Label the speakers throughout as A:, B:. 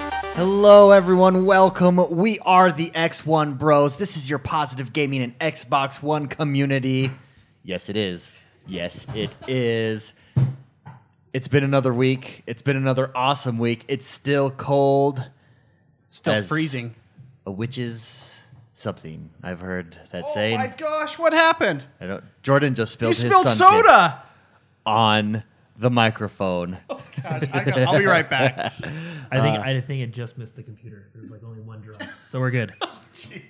A: Hello, everyone. Welcome. We are the X1 Bros. This is your positive gaming and Xbox One community. Yes, it is. Yes, it is. It's been another week. It's been another awesome week. It's still cold.
B: Still
A: As-
B: freezing.
A: A witch's something. I've heard that saying.
B: Oh my gosh, what happened?
A: I don't, Jordan just
B: He
A: spilled his
B: spilled
A: sun kit
B: soda.
A: on the microphone.
B: God, I got- I'll be right back.
C: I
A: Uh,
C: think I think it just missed the computer. There's like only one drop, so we're good.
B: Jeez.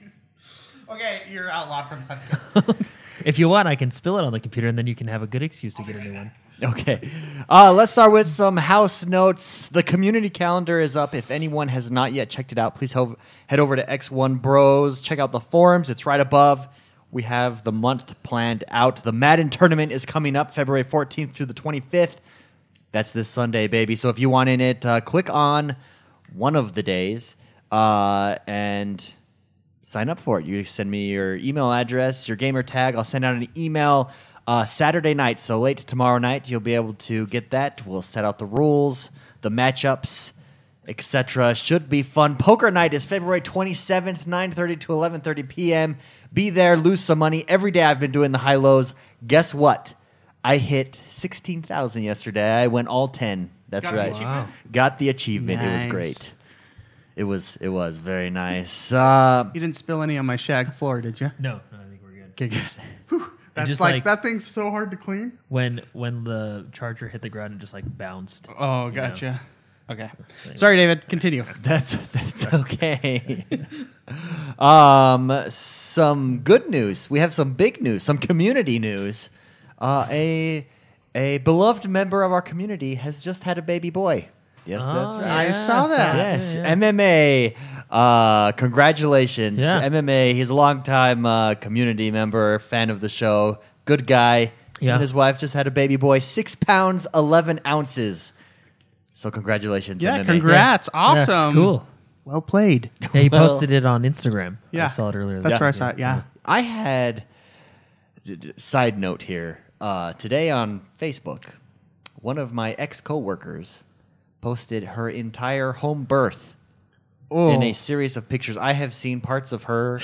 B: Okay, you're outlawed from Sunkiss.
C: if you want, I can spill it on the computer, and then you can have a good excuse to get a new one.
A: Okay. Uh, let's start with some house notes. The community calendar is up. If anyone has not yet checked it out, please ho- head over to X1 Bros. Check out the forums, it's right above. We have the month planned out. The Madden tournament is coming up February 14th through the 25th. That's this Sunday, baby. So if you want in it, uh, click on one of the days uh, and sign up for it. You send me your email address, your gamer tag. I'll send out an email uh, Saturday night, so late tomorrow night. You'll be able to get that. We'll set out the rules, the matchups, etc. Should be fun. Poker night is February 27th, 9:30 to 11:30 p.m. Be there, lose some money. Every day I've been doing the high lows. Guess what? I hit 16,000 yesterday. I went all 10. That's
B: Got the
A: right.
B: achievement?
A: Got the achievement. It was
B: Nice.
A: great. It was it was very nice. Uh,
B: You didn't spill any on my shag floor, did you?
C: No, no I think we're good.
B: Okay, good. Whew, That's
C: just
B: like,
C: like-
B: that thing's so hard to clean.
C: When when the charger hit the ground, it just like bounced.
B: Oh,
C: know.
B: gotcha. Okay. Sorry, David. Continue.
A: That's that's okay. um, some good news. We have some big news, some community news. Uh, a a beloved member of our community has just had a baby boy. Yes, that's
C: Oh,
A: right.
B: I saw that.
C: yeah,
A: Yes,
C: yeah.
A: MMA. Uh, congratulations,
C: Yeah.
A: MMA. He's a longtime uh, community member, fan of the show, good guy. He
C: Yeah.
A: And his wife just had a baby boy, six pounds eleven ounces. So congratulations,
B: Yeah,
A: MMA.
B: congrats.
C: Yeah, it's
B: Awesome.
C: cool.
B: Well played.
C: Yeah, he
A: Well-
C: posted it on Instagram.
B: Yeah.
C: I saw it earlier.
B: That's
C: this
B: where I
C: week,
B: saw it. Yeah.
A: I had d- d- side note here uh, today on Facebook. One of my ex coworkers posted her entire home birth
B: Oh.
A: in a series of pictures. I have seen parts of her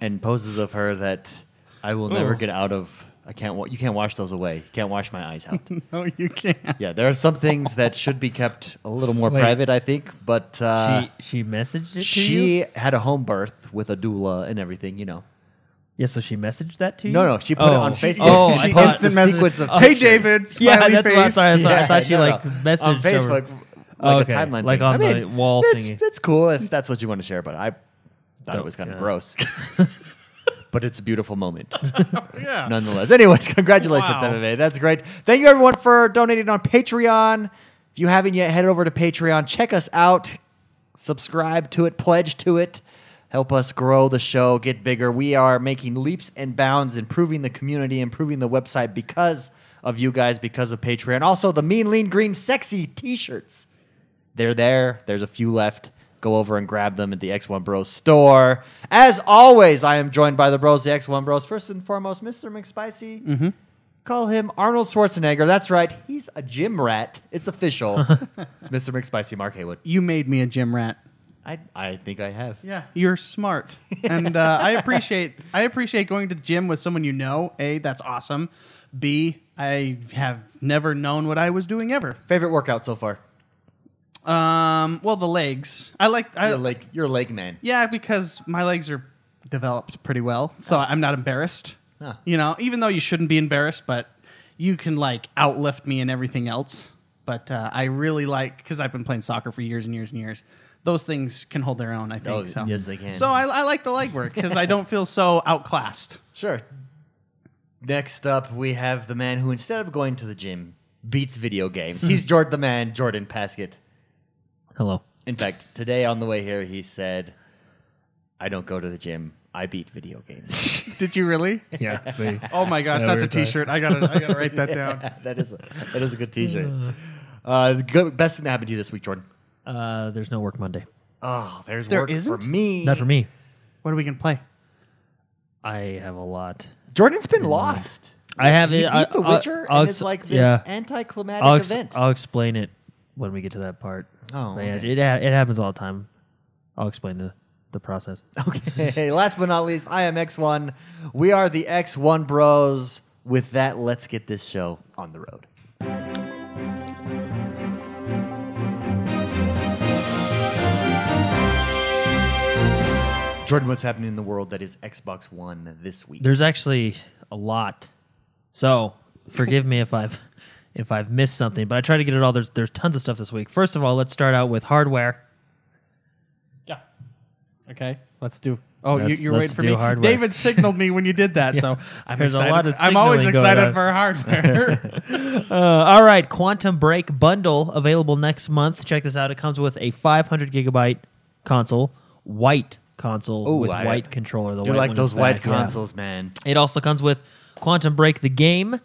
A: and poses of her that I will never
C: Oh.
A: get out of. I can't. Wa- you can't wash those away. You can't wash my eyes out.
B: no, you can't.
A: yeah, there are some things that should be kept a little more
C: Wait.
A: private. I think, but uh,
C: She she messaged it to you.
A: she had a home birth with a doula and everything. You know.
C: Yeah, so she messaged that to you.
A: No, no, she put it on
B: She-
A: Facebook.
C: oh,
A: she
C: I
A: posted
C: thought-
A: the sequence of
B: Hey,
A: pictures.
B: David.
C: Yeah,
B: Smiley
C: that's
B: face.
C: what I thought. I thought, I
A: Yeah,
C: thought she
A: no,
C: like
A: no.
C: messaged
A: on Facebook,
C: Over.
A: like
C: Okay,
A: a timeline,
C: like
A: thing.
C: on
A: I
C: the
A: mean,
C: wall
A: that's,
C: thingy.
A: That's cool if that's what you want to share, but I thought it
C: Don't-
A: was kind of
C: yeah.
A: gross. but it's a beautiful moment,
B: Yeah.
A: nonetheless. Anyways, congratulations,
B: Wow.
A: MMA. That's great. Thank you everyone for donating on Patreon. If you haven't yet, head over to Patreon. Check us out. Subscribe to it. Pledge to it. Help us grow the show, get bigger. We are making leaps and bounds, improving the community, improving the website because of you guys, because of Patreon. Also, the Mean Lean Green Sexy T-shirts. They're there. There's a few left. Go over and grab them at the X1 Bros store. As always, I am joined by the bros, the X1 Bros. First and foremost, Mr. McSpicy. Call him Arnold Schwarzenegger. That's right. He's a gym rat. It's official. it's Mr. McSpicy, Mark Haywood.
B: You made me a gym rat.
A: I, I think I have.
B: Yeah, you're smart, and uh, I appreciate I appreciate going to the gym with someone you know. A, that's awesome. B, I have never known what I was doing ever.
A: Favorite workout so far?
B: Um, well, the legs. I like. I,
A: You're a leg, you're a leg man.
B: yeah, because my legs are developed pretty well, so I'm not embarrassed.
A: Oh. Huh.
B: You know, even though you shouldn't be embarrassed, but you can like outlift me and everything else. But uh, I really like because I've been playing soccer for years and years and years. Those things can hold their own, I think.
A: Oh,
B: so.
A: yes, they can.
B: So I, I like the leg work because I don't feel so outclassed.
A: Sure. Next up, we have the man who, instead of going to the gym, beats video games. He's Jordan the man, Jordan Paskett.
C: Hello.
A: In fact, today on the way here, he said, I don't go to the gym. I beat video games.
B: Did you really?
C: Yeah. we-
B: Oh my gosh,
C: Yeah,
B: that's
C: we
B: a
C: were talking.
B: T-shirt. I gotta, I gotta write that down.
A: that is a, that is a good t-shirt. Uh, good, best thing that happened to you this week, Jordan.
C: uh, there's no work Monday.
A: Oh, there's
B: There
A: work for
B: isn't?
A: me.
C: Not for me.
B: What are we gonna play?
C: I have a lot.
A: Jordan's been lost.
C: I have
A: He beat
C: it. Mm. I-
A: The
C: I'll-
A: Witcher,
C: I'll
A: and it's
C: ex-
A: like this
C: yeah. uh,
A: anticlimactic
C: I'll, ex-
A: event.
C: I'll explain it when we get to that part.
A: Oh,
C: But yeah,
A: okay.
C: it ha- it happens all the time. I'll explain the the process.
A: Okay. Last but not least, I am X1. We are the X1 Bros. With that, let's get this show on the road. Jordan, what's happening in the world that is Xbox One this week?
C: There's actually a lot. So forgive me if I've if I've missed something, but I try to get it all. There's there's tons of stuff this week. First of all, let's start out with hardware.
B: Yeah. Okay. Let's do. Oh, you,
C: Let's-
B: you're
C: let's
B: waiting for
C: do
B: me.
C: hardware.
B: David signaled me when you did that,
C: Yeah.
B: so I'm
C: There's a
B: excited.
C: lot of
B: I'm always
C: signaling
B: excited
C: going on.
B: for hardware.
C: Uh, all right, Quantum Break bundle available next month. Check this out. It comes with a 500 gigabyte console, white console
A: Ooh,
C: with
A: I-
C: white controller. The
A: You're
C: white
A: like
C: one
A: those
C: is
A: white
C: back, yeah.
A: consoles, man.
C: It also comes with Quantum Break the game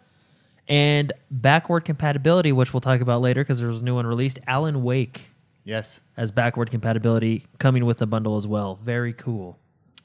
C: and backward compatibility, which we'll talk about later because there was a new one released. Alan Wake
A: Yes.
C: has backward compatibility coming with the bundle as well. Very cool.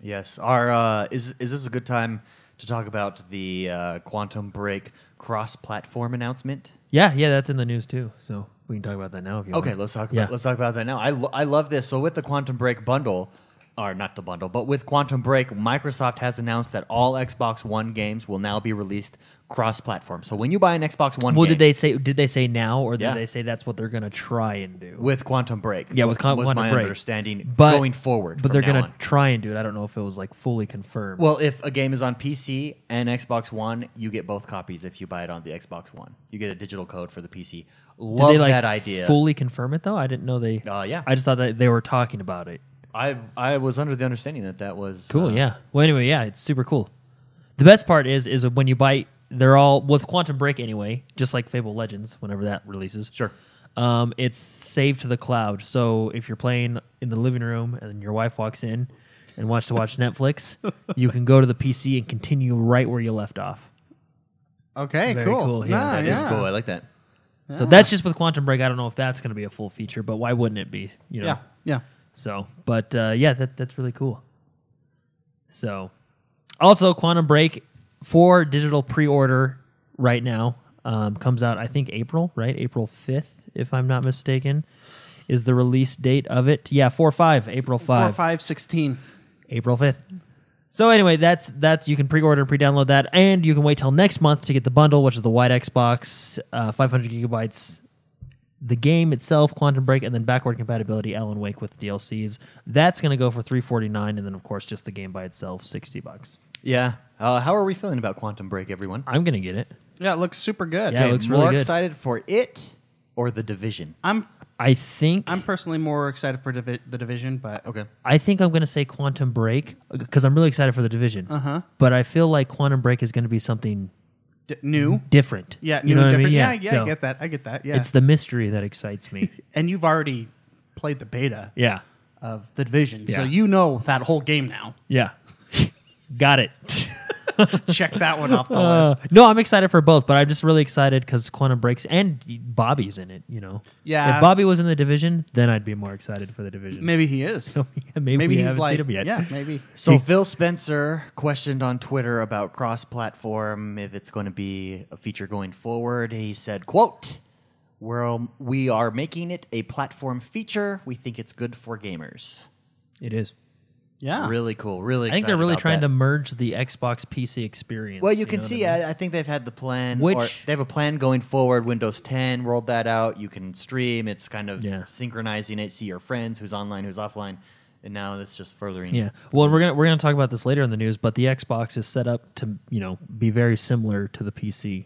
A: Yes. Our uh, is is this a good time to talk about the uh, Quantum Break cross-platform announcement?
C: Yeah, yeah, that's in the news too. So we can talk about that now if you
A: Okay,
C: want.
A: let's talk about
C: Yeah.
A: let's talk about that now. I, lo- I love this. So with the Quantum Break bundle, or not the bundle, but with Quantum Break, Microsoft has announced that all Xbox One games will now be released cross-platform. So when you buy an Xbox One,
C: Well,
A: game
C: did they say did they say now or did
A: Yeah.
C: they say that's what they're gonna try and do?
A: with Quantum Break?
C: yeah, with
A: was-
C: Con-
A: was
C: Quantum
A: my
C: Break.
A: understanding
C: But-
A: going forward.
C: but
A: from
C: they're
A: now
C: gonna
A: on.
C: try and do it. I don't know if it was like fully confirmed.
A: Well, if a game is on PC and Xbox One, you get both copies. If you buy it on the Xbox One, you get a digital code for the PC.
C: did
A: Love
C: they like
A: that idea.
C: fully confirm it though? I didn't know they.
A: Uh, yeah.
C: I just thought that they were talking about it.
A: I I was under the understanding that that was
C: Cool,
A: uh,
C: yeah. Well, anyway, yeah, it's super cool. The best part is is when you buy, they're all with Quantum Break anyway, just like Fable Legends, whenever that releases.
A: Sure.
C: Um, it's saved to the cloud, so if you're playing in the living room and your wife walks in and wants to watch Netflix, you can go to the PC and continue right where you left off.
B: okay.
C: Very
B: cool.
C: cool, yeah,
B: Nah,
C: that
A: That
B: yeah.
A: is cool. I like that.
C: So that's just with Quantum Break. I don't know if that's going to be a full feature, but why wouldn't it be? You know.
B: Yeah. Yeah.
C: So, but uh, yeah, that that's really cool. So, also Quantum Break for digital pre-order right now um, comes out. I think April, right? April fifth, if I'm not mistaken, is the release date of it. Yeah, four five, April
B: Four,
C: five,
B: five, sixteen.
C: April fifth. So anyway, that's that's you can pre-order and pre-download that, and you can wait till next month to get the bundle, which is the white Xbox, uh, 500 gigabytes, the game itself, Quantum Break, and then backward compatibility, Alan Wake with DLCs. That's gonna go for 349, and then of course just the game by itself, 60 bucks.
A: Yeah. Uh, how are we feeling about Quantum Break, everyone?
C: I'm gonna get it.
B: Yeah, it looks super good.
C: Yeah. it
A: Okay,
C: looks
A: more
C: really good.
A: excited for it or the division?
B: I'm
C: I think
B: I'm personally more excited for Divi- the division, but
A: Okay.
C: I think I'm gonna say Quantum Break because I'm really excited for the division.
B: uh huh.
C: But I feel like Quantum Break is gonna be something
B: D- new.
C: different.
B: Yeah, new
C: you know
B: and
C: what I
B: different.
C: mean?
B: Yeah, yeah,
C: so
B: I get that. I get that. Yeah.
C: It's the mystery that excites me.
B: and you've already played the beta
C: yeah.
B: of the division, so
C: Yeah.
B: you know that whole game now.
C: Yeah. Got it.
B: Check that one off the
C: Uh,
B: list.
C: no, I'm excited for both, but I'm just really excited because Quantum Breaks and Bobby's in it, you know?
B: Yeah.
C: If Bobby was in the division, then I'd be more excited for the division.
B: Maybe he is.
C: So, yeah, maybe,
B: Maybe
C: we
B: he's
C: haven't
B: like,
C: seen him yet.
B: yeah, maybe.
A: So Phil Spencer questioned on Twitter about cross-platform if it's going to be a feature going forward. He said, "Quote: Well, we are making it a platform feature. We think it's good for gamers.
C: It is.
B: Yeah.
A: Really cool. Really,
C: I think they're
A: excited
C: really
A: about
C: trying
A: that.
C: to merge the Xbox PC experience.
A: Well, you,
C: know
A: can
C: what
A: see.
C: I mean?
A: I, I think they've had the plan.
C: Which-
A: or they have a plan going forward. Windows 10 rolled that out. You can stream. It's kind of
C: Yeah.
A: synchronizing it. See your friends, who's online, who's offline, and now it's just furthering.
C: Yeah. Well, we're gonna we're gonna talk about this later in the news, but the Xbox is set up to you know be very similar to the PC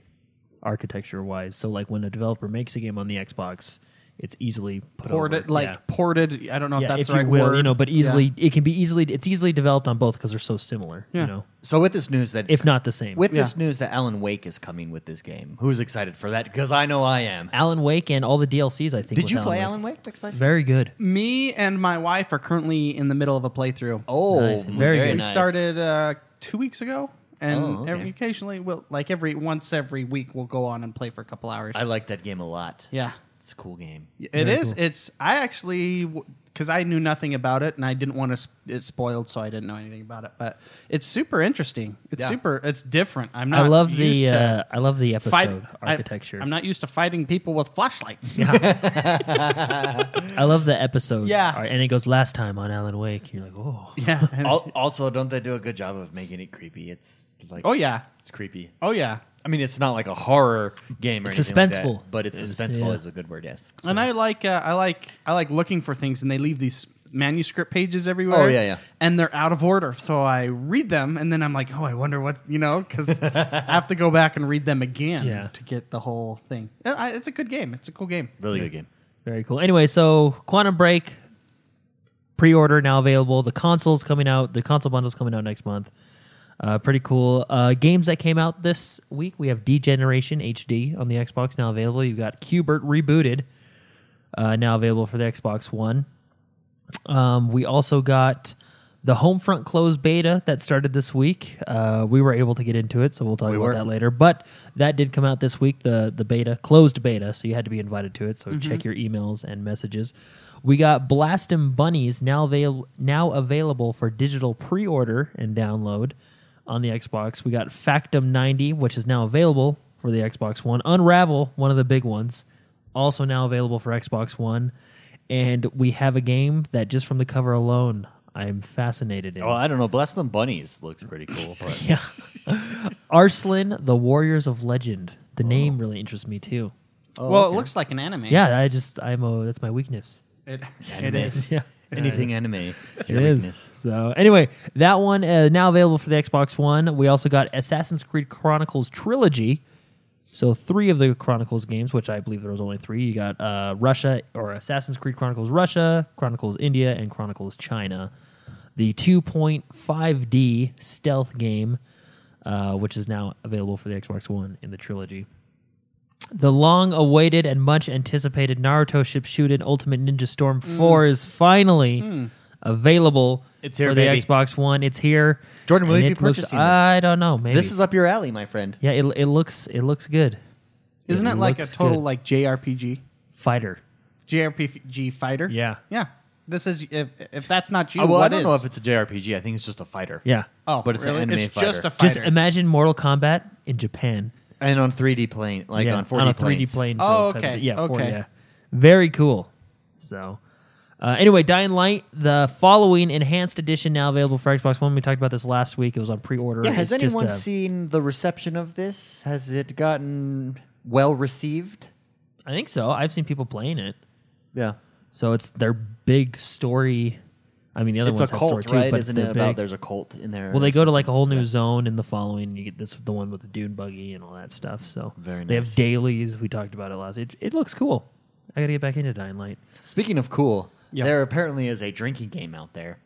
C: architecture wise. So like when a developer makes a game on the Xbox, it's easily put over.
B: ported, like
C: Yeah.
B: ported. I don't know
C: yeah,
B: if that's
C: if
B: the right
C: you will,
B: word.
C: you know, but easily
B: Yeah.
C: it can be easily it's easily developed on both because they're so similar.
B: Yeah.
C: You know,
A: So with this news that
C: if not the same.
A: with
B: Yeah.
A: this news that Alan Wake is coming with this game, who's excited for that? Because I know I am.
C: Alan Wake and all the DLCs, I think.
A: Did
C: with
A: you play Alan
C: Alan
A: Wake? Xbox?
C: Very good.
B: Me and my wife are currently in the middle of a playthrough.
A: Oh,
C: Nice.
A: very,
C: Very
B: we
C: good.
A: nice.
B: started uh, two weeks ago, and
A: Oh, okay.
B: every, occasionally we'll like every once every week we'll go on and play for a couple hours.
A: I like that game a lot.
B: yeah,
A: It's a cool game.
B: it is.
C: Very cool.
B: It's I actually w- because I knew nothing about it and I didn't want to sp- it spoiled, so I didn't know anything about it. But it's super interesting. It's
A: Yeah.
B: super. It's different. I'm
C: I
B: not.
C: love
B: used
C: the
B: to
C: uh, I love the episode
B: fight- I-
C: architecture.
B: I'm not used to fighting people with flashlights.
C: I love the episode.
B: Yeah.
C: ar- and it goes last time on Alan Wake. You're like, oh,
B: yeah. and-
A: Al- also, don't they do a good job of making it creepy? It's like
B: oh yeah.
A: it's creepy.
B: Oh yeah.
A: I mean, it's not like a horror game or
C: It's
A: anything like that,
C: suspenseful.
A: but it's suspenseful
C: yeah.
A: is a good word. Yes.
B: And I like uh, I like I like looking for things, and they leave these manuscript pages everywhere.
A: Oh, yeah, yeah.
B: And they're out of order, so I read them, and then I'm like, oh, I wonder what you know, because I have to go back and read them again
C: Yeah.
B: to get the whole thing. Uh, I- It's a good game. It's a cool game.
A: Really good game.
C: very cool. Anyway, so Quantum Break pre-order now available. The console's coming out. The console bundle's coming out next month. Uh, pretty cool. Uh, games that came out this week. We have Degeneration HD on the Xbox now available. You've got Cubert rebooted, uh, now available for the Xbox One. Um, we also got the Homefront closed beta that started this week. Uh, we were able to get into it, so we'll talk about
A: were.
C: that later. But that did come out this week, the the beta closed beta, so you had to be invited to it. So check your emails and messages. We got Blastin' Bunnies now avail- now available for digital pre order and download on the Xbox. We got Factum 90, which is now available for the Xbox One. Unravel, one of the big ones, also now available for Xbox One. And we have a game that just from the cover alone, I'm fascinated in.
A: Oh, I don't know. Bless them bunnies looks pretty cool. But
C: Yeah. Arslan, the Warriors of Legend. The name really interests me too.
A: Oh,
B: well, it looks like an anime.
C: Yeah, I just I'm a that's my weakness.
B: it, it
A: Anime.
B: is.
C: Yeah.
A: anything anime, is
C: It
A: your
C: is.
A: weakness.
C: So anyway, that one uh, now available for the Xbox One. We also got Assassin's Creed Chronicles trilogy. So three of the Chronicles games, which I believe there was only three. You got uh, Russia or Assassin's Creed Chronicles Russia, Chronicles India, and Chronicles China. The 2.5D stealth game, uh, which is now available for the Xbox One in the trilogy. The long awaited and much anticipated Naruto Shippuden Ultimate Ninja Storm 4 is finally available
A: It's here,
C: for the
A: baby.
C: Xbox One. It's here.
A: Jordan, will
C: And
A: you be
C: it looks-
A: purchasing this?
C: I don't know. Maybe.
A: This is up your alley, my friend.
C: yeah, it, it looks it looks good.
B: Isn't it, like a
C: looks
B: total
C: good.
B: like JRPG?
C: fighter?
B: JRPG fighter.
C: Yeah.
B: Yeah. This is if if that's not you.
A: Oh, well, I
B: what
A: don't
B: is?
A: know if it's a JRPG. I think it's just a fighter.
C: Yeah.
B: oh,
A: but it's an
B: really?
A: anime
B: It's just
A: Uh, fighter.
B: a
C: Just
B: fighter.
C: imagine Mortal Kombat in Japan.
A: And on 3D plane, like
C: yeah,
A: on 4D
C: on a 3D
A: planes.
C: plane.
B: Oh,
C: type of
B: okay,
C: thing. Yeah, 4D,
B: okay.
C: yeah. Very cool. So, uh, anyway, Dying Light, the following enhanced edition now available for Xbox One. We talked about this last week. It was on pre-order.
A: Yeah, has
C: It's just
A: anyone
C: a-
A: seen the reception of this? Has it gotten well received?
C: I think so. I've seen people playing it.
A: Yeah.
C: So it's their big story. I mean, the other
A: It's a
C: ones have story
A: cult,
C: too,
A: right?
C: but it's
A: Isn't
C: their
A: it about
C: big-
A: there's a cult in there?
C: Well,
A: or
C: they go to like a
A: something?
C: whole new zone in the following. You get this the one with the dune buggy and all that stuff. So
A: Very
C: they have
A: nice.
C: dailies. We talked about it last. It it looks cool. I got to get back into Dying Light.
A: Speaking of cool,
B: Yeah.
A: there apparently is a drinking game out there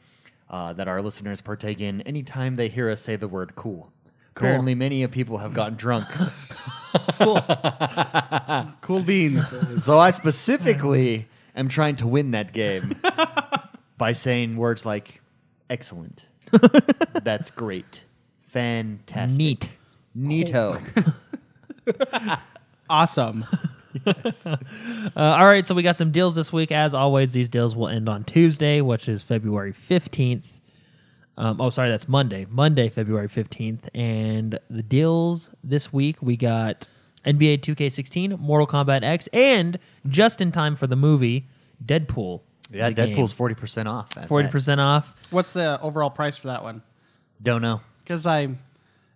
A: uh, that our listeners partake in anytime they hear us say the word cool. Apparently, many of people have gotten drunk.
B: cool beans.
A: so I specifically am trying to win that game by saying words like excellent, that's great, fantastic,
C: Neat. Oh.
A: neato.
B: awesome.
C: Uh, all right, so we got some deals this week. As always, these deals will end on Tuesday, which is February 15th. Um, oh, sorry, that's Monday. Monday, February 15th. And the deals this week, we got NBA 2K16, Mortal Kombat X, and just in time for the movie, Deadpool.
A: Yeah,
C: the game.
A: Deadpool's forty percent off. at
C: forty
A: that.
C: percent off.
B: What's the overall price for that one?
A: Don't know.
B: because I,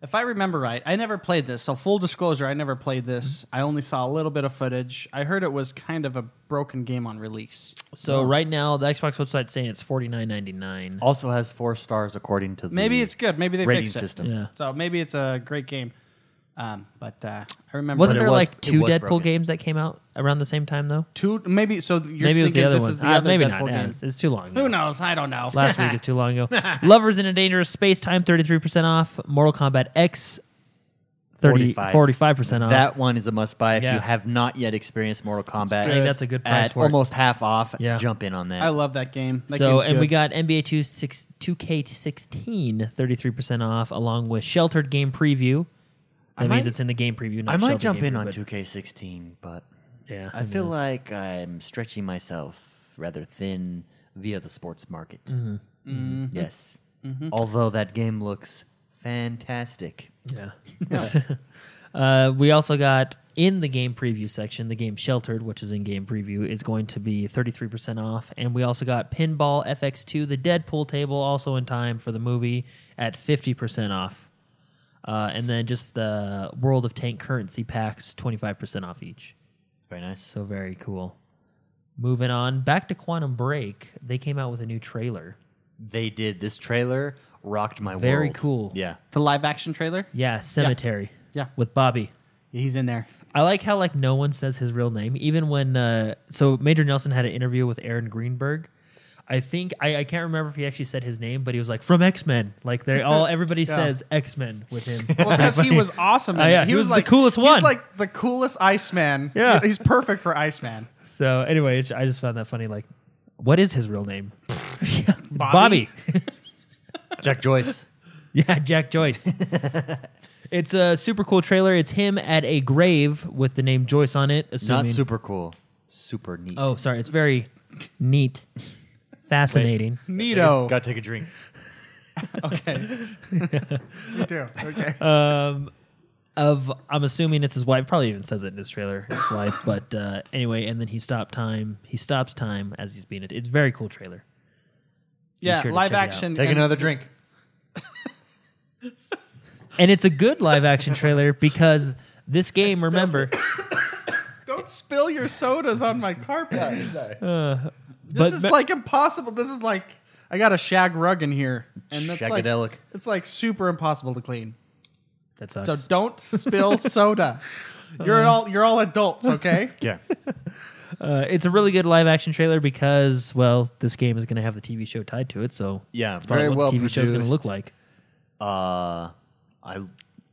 B: if I remember right, I never played this. So full disclosure, I never played this. I only saw a little bit of footage. I heard it was kind of a broken game on release.
C: So right now, the Xbox website's saying it's forty nine ninety nine.
A: Also has four stars according to the
B: Maybe it's good. Maybe they
A: rating
B: fixed it.
A: system.
C: Yeah.
B: So maybe it's a great game. Um, but uh, I remember
C: Wasn't
A: it
C: there
A: was-
C: like
A: it
C: two
A: was
C: Deadpool
A: broken.
C: games that came out around the same time though?
B: two maybe. So you're
C: maybe it
B: thinking
C: was the other
B: this
C: one.
B: is the
C: Ah,
B: other
C: maybe
B: Deadpool
C: not. Yeah,
B: game.
C: it's, it's too long. ago.
B: Who knows? I don't know.
C: Last week is too long ago. Lovers in a Dangerous Space Time, 33% off. Mortal Kombat X, 30,
A: 45.
C: 45. percent off.
A: That one is a must buy if
C: Yeah.
A: you have not yet experienced Mortal Kombat.
C: I think that's a good price
A: at
C: for it.
A: almost half off.
C: Yeah.
A: Jump in on that.
B: I love that game. That
C: so,
B: game's
C: and we
B: good.
C: got NBA 2, 6, 2K16, 33% off, along with Sheltered Game Preview.
A: I
C: That means
A: might-
C: it's in the game preview. Not
A: I might
C: sheltered
A: jump
C: game
A: in
C: preview,
A: on
C: but-
A: 2K16, but
C: Yeah,
A: I feel like I'm stretching myself rather thin via the sports market.
C: Mm-hmm.
B: Mm-hmm.
A: Yes. Although that game looks fantastic.
C: Yeah. uh, we also got in the game preview section, the game Sheltered, which is in game preview, is going to be 33% off. And we also got Pinball FX2, the Deadpool table, also in time for the movie at 50% off. Uh, and then just the World of Tank currency packs, 25% off each.
A: Very nice.
C: So very cool. Moving on, back to Quantum Break. They came out with a new trailer.
A: They did this trailer rocked my world.
C: Very cool.
A: Yeah.
B: The live action trailer?
C: Yeah, Cemetery.
B: Yeah.
C: With Bobby.
B: He's in there.
C: I like how like no one says his real name, even when uh, so Major Nelson had an interview with Aaron Greenberg. I think I, I can't remember if he actually said his name, but he was like from X Men. Like they are all everybody says X Men with him.
B: Well, because he was awesome. in
C: Oh, yeah,
B: it.
C: he was the coolest one.
B: He's like the coolest Iceman.
C: Yeah.
B: He's perfect for Iceman.
C: so anyway, it's- I just found that funny. Like, what is his real name? It's
B: Bobby.
C: Bobby.
A: Jack Joyce.
C: yeah, Jack Joyce. it's a super cool trailer. It's him at a grave with the name Joyce on it. Assuming
A: Not super cool. Super neat.
C: Oh, sorry. It's very neat, fascinating.
B: Neato.
A: Gotta take a drink.
B: Okay. Me too. Okay.
C: um, of I'm assuming it's his wife. Probably even says it in his trailer, his wife. But uh, anyway, and then he stopped time. He stops time as he's being it. It's a very cool trailer.
B: yeah,
C: sure to
B: live
C: check it out.
B: action.
A: Take
B: and-
A: another drink.
C: And it's a good live action trailer because this game, remember,
B: Don't spill your sodas on my carpet.
C: but
B: this is like impossible. This is like I got a shag rug in here, and that's like
A: Shagadelic.
B: it's like super impossible to clean.
C: that sucks.
B: So don't spill soda. You're all you're all adults, okay?
A: Yeah.
C: uh, it's a really good live action trailer because, well, this game is going to have the TV show tied to it. So
A: Yeah,
C: it's probably
A: very
C: what
A: well
C: the TV show is going to
A: produced.
C: look like.
A: Uh, I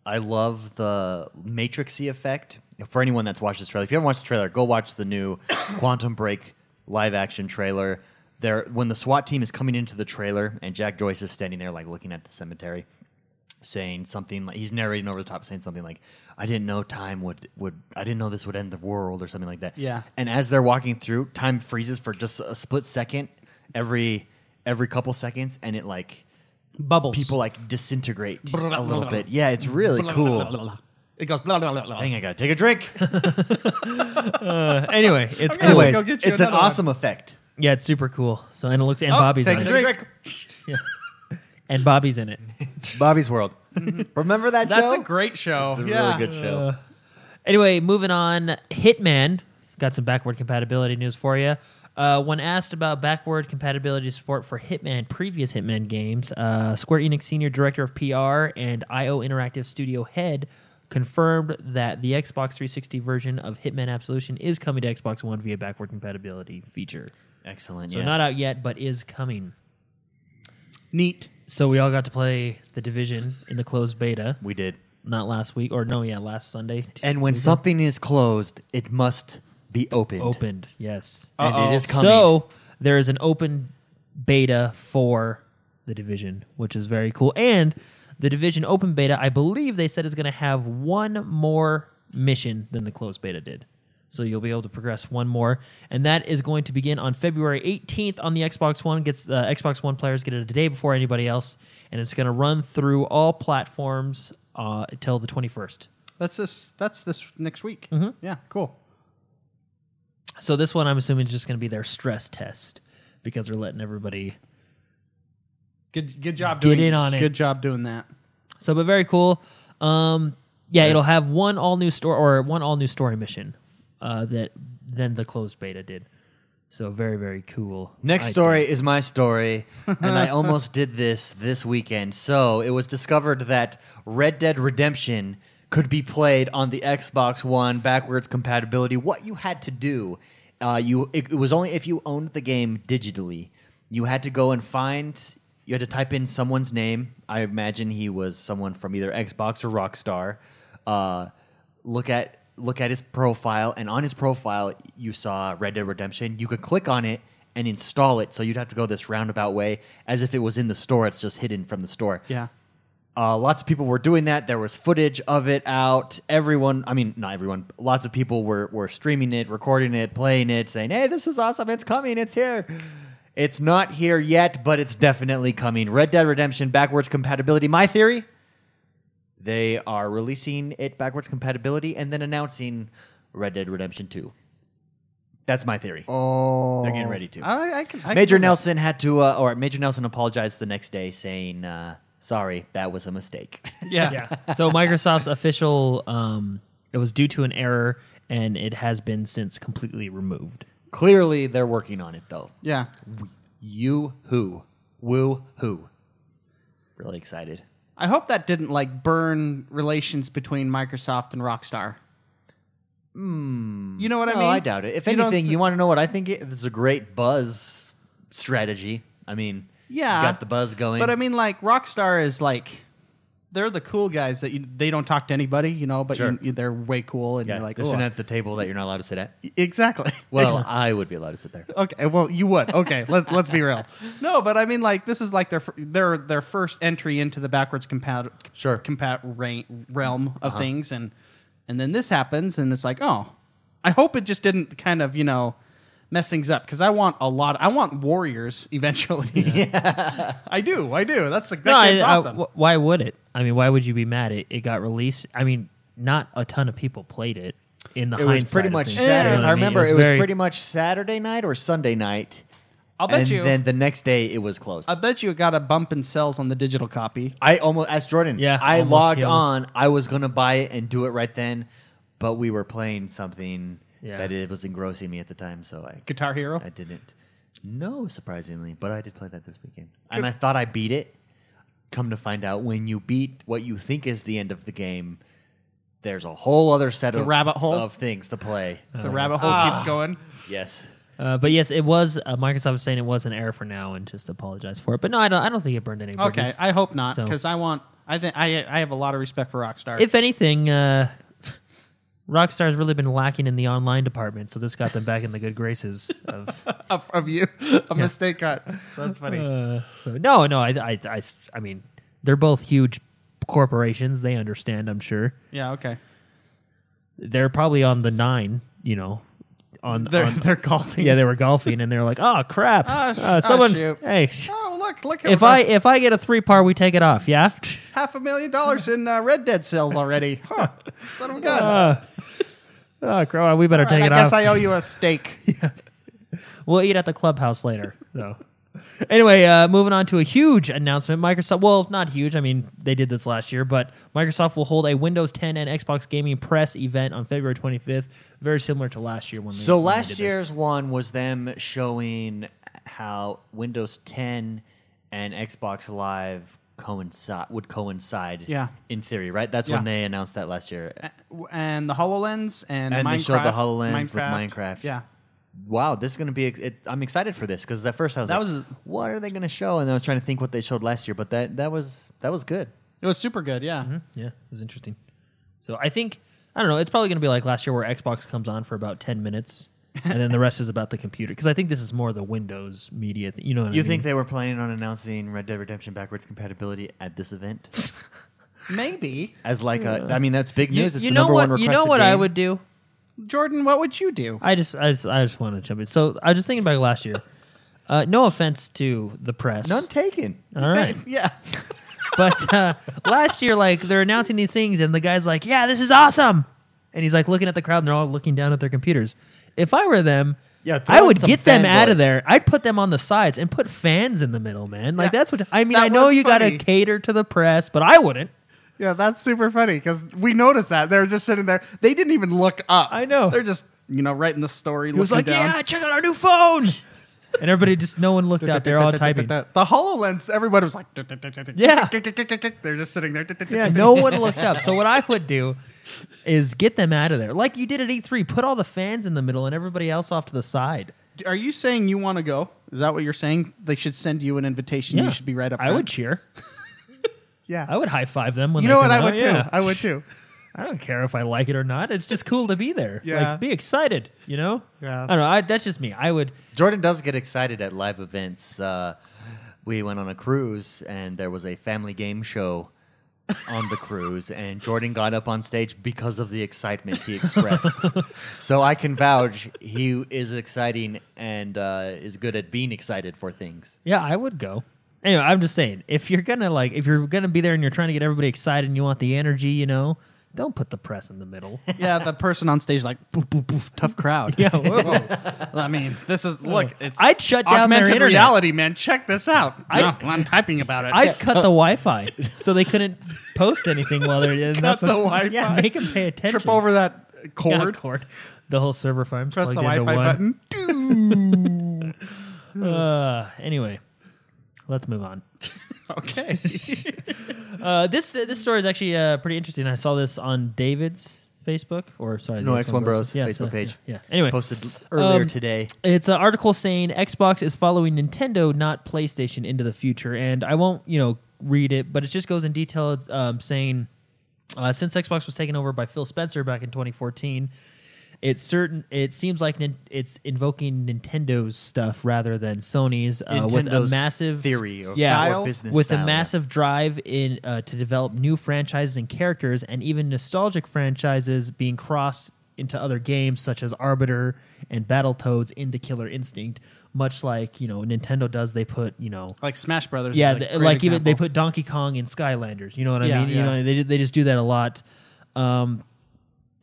A: I love the matrixy effect. For anyone that's watched this trailer, if you haven't watched the trailer, go watch the new Quantum Break live action trailer. There, when the SWAT team is coming into the trailer, and Jack Joyce is standing there, like looking at the cemetery, saying something. Like, he's narrating over the top, saying something like, "I didn't know time would would I didn't know this would end the world" or something like that.
B: Yeah.
A: And as they're walking through, time freezes for just a split second every every couple seconds, and it like
B: Bubbles.
A: people like disintegrate a little bit. Yeah, it's really cool.
B: It goes. Blah, blah, blah, blah.
A: Dang, I gotta take a drink.
C: Uh, anyway, it's
B: gonna
C: cool.
B: go
A: Anyways,
B: get you
A: it's an
B: another one.
A: awesome effect.
C: Yeah, it's super cool. So and it looks and
B: Oh,
C: Bobby's
B: take
C: on
B: a
C: it.
B: drink.
C: And Bobby's in it.
A: Bobby's World. Remember that
B: That's
A: show?
B: a great show.
A: It's a
B: yeah.
A: really good show.
C: Anyway, moving on. Hitman got some backward compatibility news for you. Uh, when asked about backward compatibility support for Hitman, previous Hitman games, uh, Square Enix senior director of PR and IO Interactive studio head confirmed that the Xbox 360 version of Hitman Absolution is coming to Xbox One via backward compatibility feature.
A: Excellent.
C: So
A: yeah.
C: not out yet, but is coming.
B: Neat.
C: So we all got to play The Division in the closed beta.
A: we did.
C: Not last week, or no, yeah, last Sunday.
A: And when something is closed, it must be opened.
C: Opened, yes.
A: And
B: Uh-oh.
A: it is coming.
C: So there is an open beta for the division, which is very cool. And the division open beta, I believe they said is going to have one more mission than the closed beta did. So you'll be able to progress one more, and that is going to begin on February 18th on the Xbox One. Gets uh, Xbox One players get it a day before anybody else, and it's going to run through all platforms uh, until the 21st.
B: That's this. That's this next week. Yeah. Cool.
C: So this one, I'm assuming, is just going to be their stress test because they're letting everybody
B: Good. Good job.
C: Get
B: doing,
C: in on it.
B: Good job doing that.
C: So, but very cool. Um, yeah, it'll have one all new story or one all new story mission uh, that than the closed beta did. So very very cool.
A: Next
C: I-
A: story is my story, and I almost did this this weekend. So it was discovered that Red Dead Redemption could be played on the Xbox One backwards compatibility. What you had to do, uh, you it, it was only if you owned the game digitally. You had to go and find. You had to type in someone's name. I imagine he was someone from either Xbox or Rockstar. Uh, look at look at his profile and on his profile you saw Red Dead Redemption. You could click on it and install it, so you'd have to go this roundabout way as if it was in the store. It's just hidden from the store.
B: Yeah.
A: Uh, lots of people were doing that. There was footage of it out. Everyone, I mean, not everyone, lots of people were, were streaming it, recording it, playing it, saying, hey, this is awesome. It's coming. It's here. It's not here yet, but it's definitely coming. Red Dead Redemption backwards compatibility. My theory they are releasing it backwards compatibility and then announcing Red Dead Redemption 2. That's my theory.
B: Oh,
A: They're getting ready to.
B: I, I can, I
A: Major
B: can-
A: Nelson had to, uh, or Major Nelson apologized the next day saying, uh, sorry, that was a mistake.
B: Yeah.
C: so Microsoft's official, um, it was due to an error, and it has been since completely removed.
A: Clearly, they're working on it, though.
B: yeah.
A: You who? Woo who? Really excited.
B: I hope that didn't like burn relations between Microsoft and Rockstar. Hmm. You know what I
A: no,
B: mean?
A: I doubt it. If
B: You don't
A: anything,
B: th-
A: you want to know what I think? It, it's a great buzz strategy. I mean,
B: Yeah.
A: you got the buzz going.
B: But I mean, like Rockstar is like they're the cool guys that you, they don't talk to anybody, you know. But
A: Sure.
B: you, you- they're way cool, and
A: yeah,
B: you're like,
A: they're sitting
B: "Ooh."
A: at the table that you're not allowed to sit at.
B: exactly.
A: Well, I would be allowed to sit there.
B: okay, well, you would. Okay, let's let's be real. No, but I mean, like this is like their fir- their their first entry into the backwards compat
A: Sure. Uh-huh.
B: compat ra- realm of things, and and then this happens, and it's like, oh, I hope it just didn't kind of you know mess things up because I want a lot. I want warriors eventually. I do. I do. That's like that
C: I-
B: game's
C: I-
B: awesome.
C: wh- why would it? I mean, why would you be mad? It, it got released. I mean, not a ton of people played it. In the
A: It was
C: hindsight
A: pretty
C: of
A: much
C: things,
A: Saturday.
C: you know what
A: I
C: mean?
A: remember it was,
C: very-
A: pretty much Saturday night or Sunday night.
B: I'll bet
A: and
B: you.
A: then the next day it was closed.
B: I bet you it got a bump in sales on the digital copy.
A: I almost asked Jordan.
C: Yeah,
A: I
C: almost,
A: logged
C: he almost-
A: on. I was gonna buy it and do it right then, but we were playing something
C: Yeah.
A: that it was engrossing me at the time, so I
B: Guitar Hero.
A: I didn't. No, surprisingly, but I did play that this weekend, and I thought I beat it. Come to find out, when you beat what you think is the end of the game, there's a whole other set
B: a
A: of
B: rabbit hole?
A: of things to play. Uh, Ah.
B: the rabbit hole
C: Ah.
B: keeps going.
A: yes,
C: Uh, but yes, it was. Uh, Microsoft was saying it was an error for now and just apologize for it. But no, I don't. I don't think it burned any bridges.
B: Okay, I hope not
C: So-
B: because I want. I think I I have a lot of respect for Rockstar.
C: if anything, uh, Rockstar's really been lacking in the online department, so this got them back in the good graces of.
B: of, of you, a mistake got. That's funny.
C: Uh, so no, no, I, I, I, I mean, they're both huge corporations. They understand, I'm sure.
B: yeah. Okay.
C: They're probably on the nine, you know, on,
B: They're
C: on
B: they're golfing.
C: yeah, they were golfing and they're like, oh crap,
B: Ah, sh-
C: Uh,
B: ah,
C: someone,
B: shoot.
C: hey,
B: Oh look! Look
C: if
B: we're
C: I if I get a three par, we take it off, yeah.
B: half a million dollars in uh, Red Dead sales already. Huh. Son of a gun.
C: Uh, oh, crap, we better
B: All
C: take
B: right,
C: it
B: I guess
C: off.
B: I owe you a steak.
C: We'll eat at the clubhouse later. So, anyway, uh, moving on to a huge announcement. Microsoft, well, not huge. I mean, they did this last year, but Microsoft will hold a Windows 10 and Xbox gaming press event on February 25th. Very similar to last year when. They,
A: So
C: when they
A: last
C: did this.
A: year's one was them showing how Windows 10 and Xbox Live coincide would coincide.
B: Yeah.
A: In theory, right? That's
B: Yeah.
A: when they announced that last year.
C: Uh,
B: and the Hololens and
A: And
B: Minecraft,
A: they showed the HoloLens with Minecraft.
B: Yeah.
A: Wow, this is going to be. ex- It, I'm excited for this because at first I was
B: That
A: like,
B: was-
A: "What are they going to show?" And I was trying to think what they showed last year, but that that was that was good.
B: It was super good. Yeah.
C: Yeah, it was interesting. So I think I don't know. It's probably going to be like last year where Xbox comes on for about 10 minutes, and then the rest is about the computer because I think this is more the Windows media. Th- you know what
A: You
C: I mean?
A: think they were planning on announcing Red Dead Redemption backwards compatibility at this event?
B: Maybe
A: As like a, I mean, that's big
C: You,
A: news. it's
C: you
A: the
C: know
A: number
C: what?
A: one
C: you
A: requested
C: know what I
A: game.
C: would do.
B: Jordan, what would you do?
C: I just, I just, I just want to jump in. So I was just thinking back last year. Uh, no offense to the press,
A: None taken.
C: all right,
B: yeah.
C: but uh, last year, like they're announcing these things, and the guy's like, "Yeah, this is awesome," and he's like looking at the crowd, and they're all looking down at their computers. If I were them,
A: Yeah, throw
C: I
A: in
C: would
A: some
C: get them out
A: fanboys.
C: of there. I'd put them on the sides and put fans in the middle, man. Like
B: Yeah,
C: that's what I mean.
B: that
C: I know
B: was
C: you
B: funny.
C: gotta cater to the press, but I wouldn't.
B: Yeah, that's super funny because we noticed that they're just sitting there. They didn't even look up.
C: I know.
B: They're just you know writing the story.
C: It was like, "Yeah, check out our new phone," and everybody just no one looked out. They're all typing.
B: The Hololens. Everybody was like,
C: Yeah.
B: They're just sitting there.
C: Yeah, no one looked up. So what I would do is get them out of there, like you did at E3. Put all the fans in the middle and everybody else off to the side.
B: Are you saying you want to go? Is that what you're saying? They should send you an invitation. You should be right up.
C: I
B: front?
C: would cheer.
B: Yeah.
C: I would high five them when
B: you
C: they
B: know what?
C: come
B: I
C: out,
B: would
C: yeah.
B: too. I would too.
C: I don't care if I like it or not. It's just cool to be there.
B: Yeah.
C: like, be excited. You know.
B: Yeah.
C: I don't know. I, that's just me. I would.
A: Jordan does get excited at live events. Uh, we went on a cruise and there was a family game show on the cruise, and Jordan got up on stage because of the excitement he expressed. so I can vouch he is exciting and uh, is good at being excited for things.
C: Yeah, I would go. Anyway, I'm just saying, if you're gonna like, if you're gonna be there and you're trying to get everybody excited and you want the energy, you know, don't put the press in the middle.
B: yeah, the person on stage is like boof, boof, boof, tough crowd.
C: Yeah, whoa.
B: I mean, this is look. It's
C: I'd shut down their
B: augmented
C: internet.
B: reality, man. Check this out.
C: I-
B: No, I'm typing about it.
C: I'd cut the Wi-Fi so they couldn't post anything while they're in.
B: Cut the Wi-Fi.
C: Yeah, make them pay attention.
B: trip over that
C: Yeah,
B: cord.
C: cord. The whole server farm.
B: press the Wi-Fi button.
C: Uh, anyway, let's move on.
B: Okay.
C: Uh, this this story is actually uh, pretty interesting. I saw this on David's Facebook or sorry,
A: No,
C: the
A: X1 Bros
C: Yeah,
A: Facebook
C: so-
A: page.
C: Yeah. yeah. Anyway,
A: Posted earlier
C: Um,
A: today.
C: it's an article saying Xbox is following Nintendo, not PlayStation, into the future. And I won't, you know, read it, but it just goes in detail um, saying uh, since Xbox was taken over by Phil Spencer back in 2014, it's certain. It seems like nin- it's invoking Nintendo's stuff rather than Sony's uh, with a
A: Nintendo's
C: massive
A: theory or,
C: yeah,
A: or business
C: with
A: style,
C: a
A: yeah.
C: massive drive in uh, to develop new franchises and characters, and even nostalgic franchises being crossed into other games such as Arbiter and Battletoads into Killer Instinct, much like you know Nintendo does. They put you know.
B: like Smash Brothers.
C: Yeah,
B: is a
C: th-
B: great
C: like even they
B: example.
C: put Donkey Kong in Skylanders. You know what I
B: Yeah,
C: mean? You
B: yeah.
C: know they ju- they just do that a lot. Um,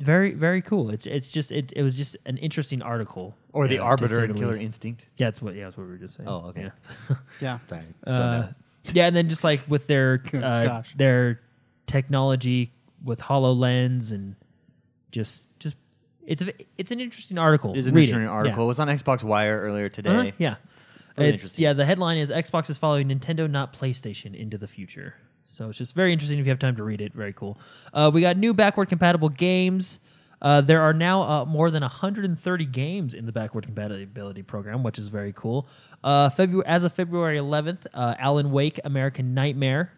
C: very very cool. It's it's just it, it was just an interesting article.
A: Or the
C: yeah, to
A: Arbiter
C: say
A: and
C: the
A: Killer
C: least.
A: Instinct.
C: Yeah, that's what yeah that's what we were just saying.
A: Oh, okay.
C: Yeah.
B: Yeah.
A: Sorry.
C: Uh, yeah, and then just like with their
B: Good
C: uh,
B: gosh.
C: their technology with Hololens and just just it's a, it's an interesting article.
A: it is an
C: Read
A: interesting
C: it.
A: article. It was on Xbox Wire earlier today.
C: Yeah, Uh-huh, yeah.
A: Really
C: It's-
A: interesting.
C: yeah. The headline is Xbox is following Nintendo, not PlayStation, into the future. So it's just very interesting if you have time to read it. Very cool. Uh, we got new backward compatible games. Uh, there are now uh, more than 130 games in the backward compatibility program, which is very cool. Uh, February, as of February 11th, uh, Alan Wake, American Nightmare,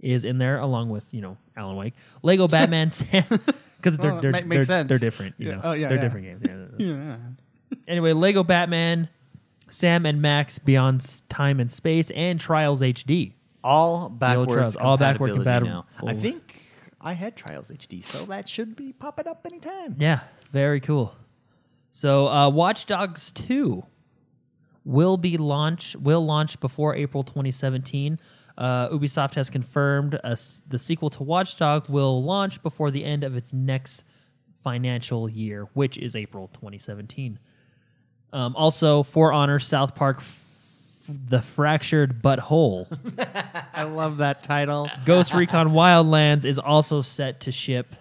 C: is in there along with you know Alan Wake, Lego Batman, Sam, because they're
B: Well,
C: they're,
B: ma- makes
C: they're,
B: sense.
C: they're different. You
B: Yeah.
C: know,
B: Oh, yeah,
C: they're
B: yeah.
C: different games. Yeah.
B: Yeah.
C: Anyway, Lego Batman, Sam and Max Beyond S- Time and Space, and Trials HD.
A: all backwards
C: trials, all backward
A: compatibility
C: compatible.
A: now. I think I had Trials HD, so that should be popping up anytime.
C: Yeah, very cool. So, uh, Watch Dogs 2 will be launch will launch before April 2017. Uh, Ubisoft has confirmed a s the sequel to Watch Dogs will launch before the end of its next financial year, which is April 2017. Um, also, For Honor South Park, f- the fractured butthole.
B: I love that title.
C: Ghost Recon Wildlands is also set to ship.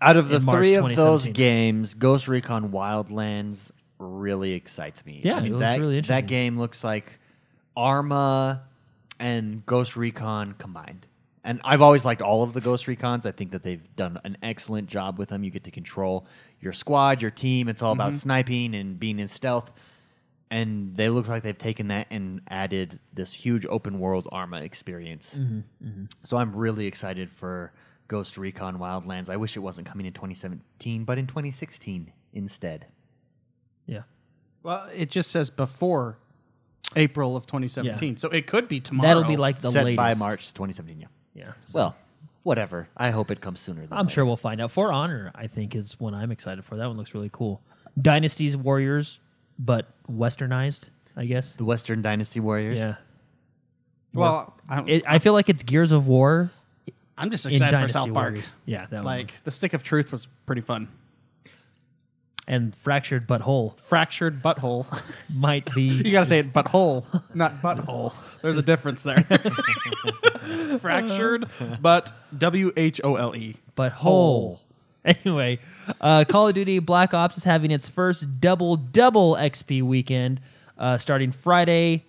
A: Out of the
C: In March
A: three of those
C: 2017.
A: games, Ghost Recon Wildlands really excites me.
C: Yeah,
A: I
C: it
A: mean,
C: looks
A: that,
C: really
A: that
C: interesting.
A: game looks like Arma and Ghost Recon combined. And I've always liked all of the Ghost Recons. I think that they've done an excellent job with them. You get to control your squad, your team. It's all about sniping and being in stealth. And they look like they've taken that and added this huge open world Arma experience. So I'm really excited for Ghost Recon Wildlands. I wish it wasn't coming in 2017, but in 2016 instead.
C: Yeah.
B: Well, it just says before April of 2017, so it could be tomorrow.
C: That'll be like the
A: Set
C: latest.
A: by March 2017. Yeah.
C: Yeah. So
A: Well, whatever. I hope it comes sooner. Than
C: I'm
A: later.
C: sure we'll find out. For Honor, I think, is one I'm excited for. That one looks really cool. Dynasty's Warriors, but westernized, I guess.
A: the Western Dynasty Warriors.
C: Yeah.
B: Well, I,
C: It, I feel like it's Gears of War
B: I'm just
C: in
B: excited for
C: Dynasty
B: South Park.
C: Warriors. Yeah, that
B: Like
C: one.
B: the Stick of Truth was pretty fun.
C: And Fractured Butthole
B: Fractured butthole.
C: might
B: you
C: be.
B: gotta say it butthole, not butthole. There's a difference there. Fractured, but W H O L E.
C: but whole. Anyway, uh, Call of Duty Black Ops is having its first double double XP weekend, uh, starting Friday,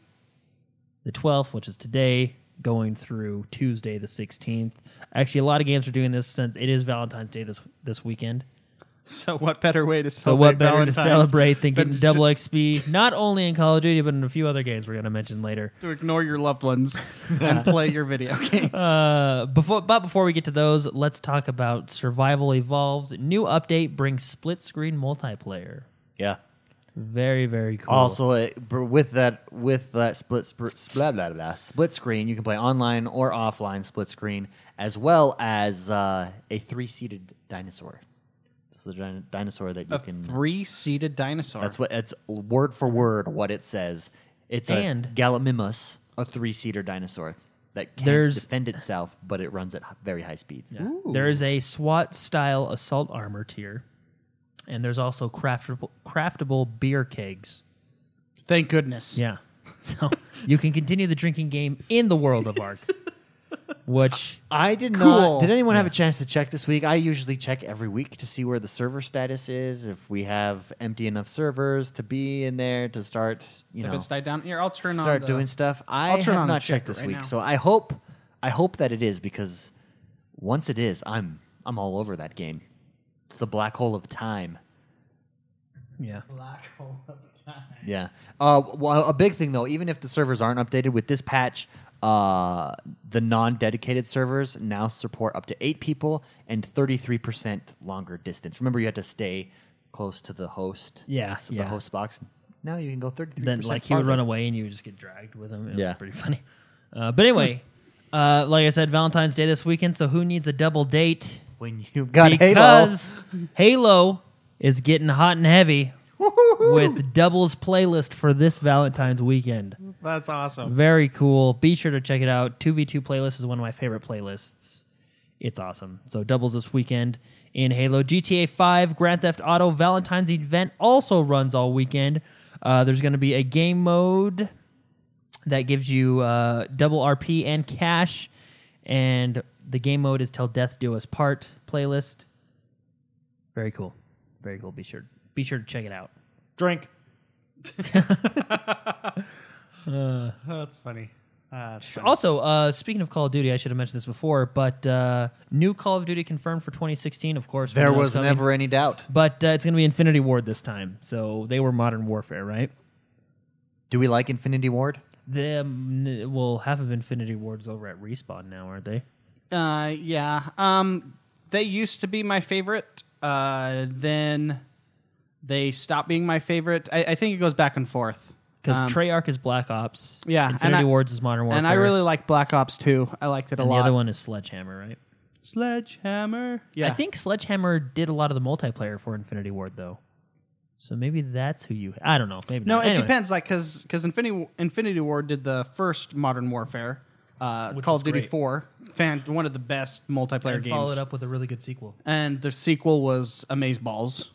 C: the twelfth, which is today, going through Tuesday the sixteenth. Actually, a lot of games are doing this since it is Valentine's Day this this weekend.
B: So what better way to
C: So
B: celebrate
C: what better
B: Valentine's
C: to celebrate than
B: than
C: getting
B: to-
C: double XP? Not only in Call of Duty, but in a few other games we're going to mention later.
B: to ignore your loved ones and play your video games?
C: Uh, before, but before we get to those, let's talk about Survival Evolved. New update brings split screen multiplayer.
A: Yeah.
C: Very, very cool.
A: Also, it, br- with that with that split sp- blah, blah, blah, split screen, you can play online or offline split screen, as well as uh, a three-seated dinosaur. This is a din- dinosaur that you
B: A
A: can.
B: three-seated dinosaur.
A: That's what it's word for word what it says. It's
C: And-
A: a Gallimimus, a three-seater dinosaur that can
C: There's-
A: defend itself, but it runs at h- very high speeds.
C: There is a SWAT style assault armor tier, and there's also craftable craftable beer kegs.
B: Thank goodness.
C: Yeah, so you can continue the drinking game in the world of Ark, which
A: I did
B: Cool.
A: not. Did anyone have a chance to check this week? I usually check every week to see where the server status is, if we have empty enough servers to be in there to start, you
B: If
A: know,
B: it's died down here, I'll turn on.
A: start
B: the-
A: doing stuff. I
B: I'll turn on
A: have
B: the
A: not checked
B: checker
A: this
B: right
A: week,
B: now.
A: so I hope I hope that it is because once it is, I'm I'm all over that game. It's the black hole of time.
C: yeah,
B: Black hole of time.
A: Yeah. Uh, well, a big thing though, even if the servers aren't updated with this patch, uh, the non-dedicated servers now support up to eight people and 33% longer distance. Remember, you had to stay close to the host.
C: Yeah,
A: So
C: yeah.
A: the host box. Now you can go 33.
C: then like he would run away and you would just get dragged with him. It
A: Yeah.
C: was pretty funny. Uh, but anyway, uh, like I said, Valentine's Day this weekend, so who needs a double date?
A: when you got Halo.
C: because Halo. is getting hot and heavy with doubles playlist for this Valentine's weekend.
B: That's awesome.
C: Very cool. Be sure to check it out. 2v2 playlist is one of my favorite playlists. It's awesome. So doubles this weekend in Halo GTA 5 Grand Theft Auto Valentine's event also runs all weekend. Uh, there's going to be a game mode that gives you uh, double RP and cash, and the game mode is "Till Death Do Us Part" playlist. Very cool, very cool. Be sure, be sure to check it out.
A: Drink.
B: That's funny. Uh, that's funny.
C: Also, uh, speaking of Call of Duty, I should have mentioned this before, but uh, new Call of Duty confirmed for 2016. Of course, we
A: There
C: know
A: was
C: it's coming.
A: never any doubt.
C: But uh, it's going to be Infinity Ward this time. So they were Modern Warfare, right?
A: Do we like Infinity Ward?
C: The, mm, well, half of Infinity Ward's over at Respawn now, aren't they?
B: Uh, yeah. Um, they used to be my favorite. Uh, then they stopped being my favorite. I, I think it goes back and forth.
C: Because
B: Um,
C: Treyarch is Black Ops.
B: Yeah, and
C: Infinity
B: I-
C: Ward's is Modern Warfare.
B: and I really like Black Ops 2. I liked it a
C: and
B: lot.
C: the other one is Sledgehammer, right?
B: Sledgehammer. Yeah.
C: I think Sledgehammer did a lot of the multiplayer for Infinity Ward, though. So maybe that's who you. I don't know. Maybe
B: No,
C: not.
B: it
C: Anyway,
B: depends. Like, cause, 'cause Infinity Infinity War did the first Modern Warfare, uh,
C: Which
B: Call
C: was
B: of Duty
C: great.
B: Four, fan one of the best multiplayer
C: And
B: games.
C: Follow it up with a really good sequel.
B: And the sequel was Amazeballs,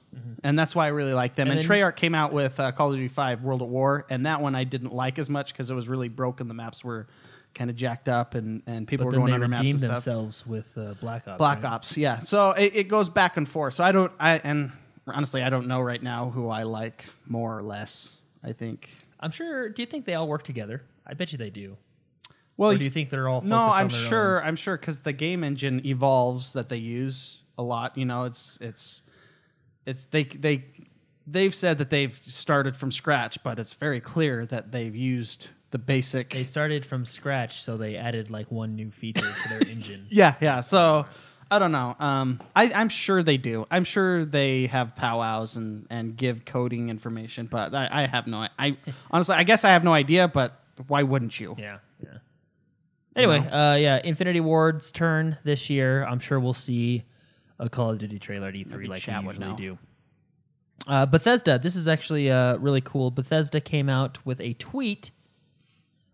B: and that's why I really like them.
C: Mm-hmm. And
B: And,
C: then-
B: Treyarch came out with uh, Call of Duty Five World at War, and that one I didn't like as much because it was really broken. The maps were kind of jacked up, and and people
C: But
B: were
C: then
B: going
C: they
B: under maps and
C: redeemed
B: stuff.
C: themselves with uh, Black Ops.
B: Black
C: right?
B: Ops, yeah. So it, it goes back and forth. So I don't, I and honestly, I don't know right now who I like more or less. I think.
C: I'm sure. Do you think they all work together? I bet you they do.
B: Well,
C: or do you think they're all?
B: Oh, no,
C: focused on
B: I'm
C: their
B: sure, I'm sure, because the game engine evolves that they use a lot. You know, it's it's it's they they they've said that they've started from scratch, but it's very clear that they've used the basic.
C: They started from scratch, so they added like one new feature to their engine.
B: Yeah, yeah. So I don't know. Um, I, I'm sure they do. I'm sure they have powwows and, and give coding information, but I, I have no. I honestly, I guess I have no idea. But why wouldn't you?
C: Yeah, yeah. Anyway, uh, yeah, Infinity Ward's turn this year. I'm sure we'll see a Call of Duty trailer at E3
B: Maybe
C: like we
B: chat would
C: usually
B: know.
C: do. Uh, Bethesda, this is actually uh, really cool. Bethesda came out with a tweet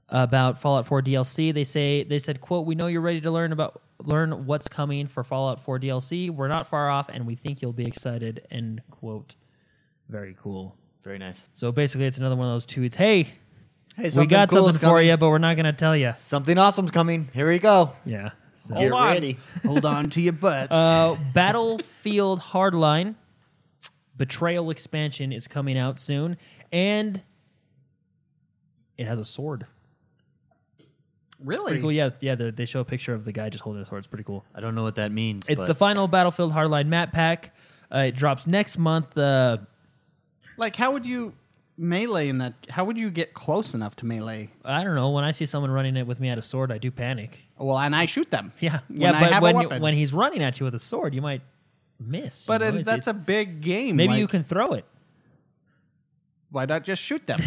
C: about Fallout 4 DLC. They say they said, "quote We know you're ready to learn about learn what's coming for Fallout 4 DLC. We're not far off, and we think you'll be excited." End quote. Very cool.
A: Very nice.
C: So basically, it's another one of those tweets. Hey,
A: Hey,
C: we got
A: cool is
C: something for
A: coming.
C: you, but we're not going to tell you.
A: Something awesome's coming. Here we go.
C: Yeah. So.
A: Get
B: on.
A: ready.
B: Hold on to your butts.
C: Uh, Battlefield Hardline Betrayal expansion is coming out soon, and it has a sword.
B: really?
C: Pretty cool. Yeah, yeah. the- they show a picture of the guy just holding a sword. It's pretty cool.
A: I don't know what that means.
C: It's
A: but
C: the final Battlefield Hardline map pack. Uh, it drops next month. Uh,
B: Like, how would you melee in that? How would you get close enough to melee?
C: I don't know. When I see someone running it with me at a sword, I do panic.
B: Well, and I shoot them.
C: Yeah,
B: When
C: yeah.
B: I
C: but
B: have a
C: when
B: weapon.
C: when he's running at you with a sword, you might miss. you
B: but
C: know?
B: it,
C: It's-
B: that's a
C: it's-
B: big game.
C: maybe
B: like,
C: you can throw it.
B: Why not just shoot them?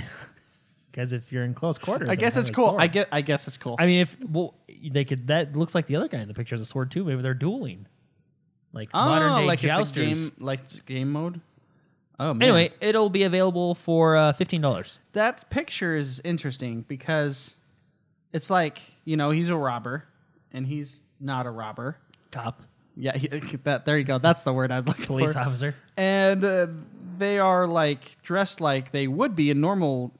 D: because if you're in close quarters,
B: I
D: and
B: guess
D: have
B: it's
D: a
B: cool.
D: sword-
B: I get. I guess it's cool.
C: I mean, if well, they could. That looks like the other guy in the picture has a sword too. Maybe they're dueling, like
B: oh,
C: modern day
B: like
C: jousters.
B: it's a game, like it's game mode. Oh, man.
C: Anyway, it'll be available for uh, fifteen dollars.
B: that picture is interesting because it's like you know he's a robber and he's not a robber.
C: Cop,
B: Yeah, he, that there you go. That's the word I was looking
C: police
B: for.
C: officer.
B: and uh, they are like dressed like they would be in normal,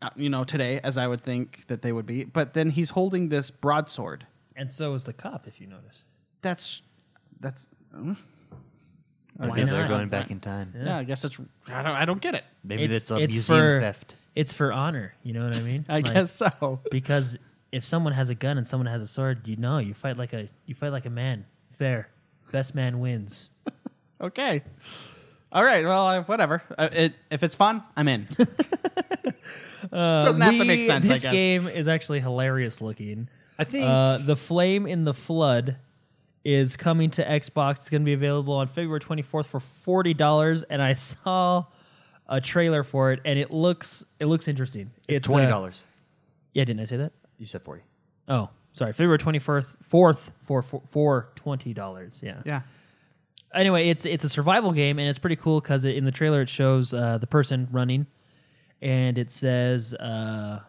B: uh, you know, today as I would think that they would be. But then he's holding this broadsword.
C: And so is the cop, if you notice.
B: That's that's uh,
A: Maybe they're
C: not?
A: going back in time.
B: yeah. I guess it's I don't I don't get it.
A: Maybe
C: It's-
A: it's, a
C: it's
A: museum
C: for-
A: theft.
C: It's for honor. You know what I mean?
B: I
C: Like,
B: guess so.
C: because if someone has a gun and someone has a sword, you know you fight like a you fight like a man. Fair, best man wins.
B: Okay. All right. Well, I, whatever. Uh, it, if it's fun, I'm in. Uh, Doesn't have to
C: Uh, We-
B: make sense.
C: This
B: I guess.
C: game is actually hilarious looking.
A: I think
C: Uh, the Flame in the Flood is coming to Xbox. It's going to be available on February 24th for forty dollars. And I saw a trailer for it, and it looks it looks interesting.
A: it's
C: uh,
A: twenty dollars.
C: yeah, didn't I say that?
A: You said forty.
C: Oh, sorry, February 24th, fourth for for, for twenty dollars. Yeah.
B: Yeah.
C: Anyway, it's it's a survival game, and it's pretty cool because in the trailer it shows uh, the person running, and it says, uh,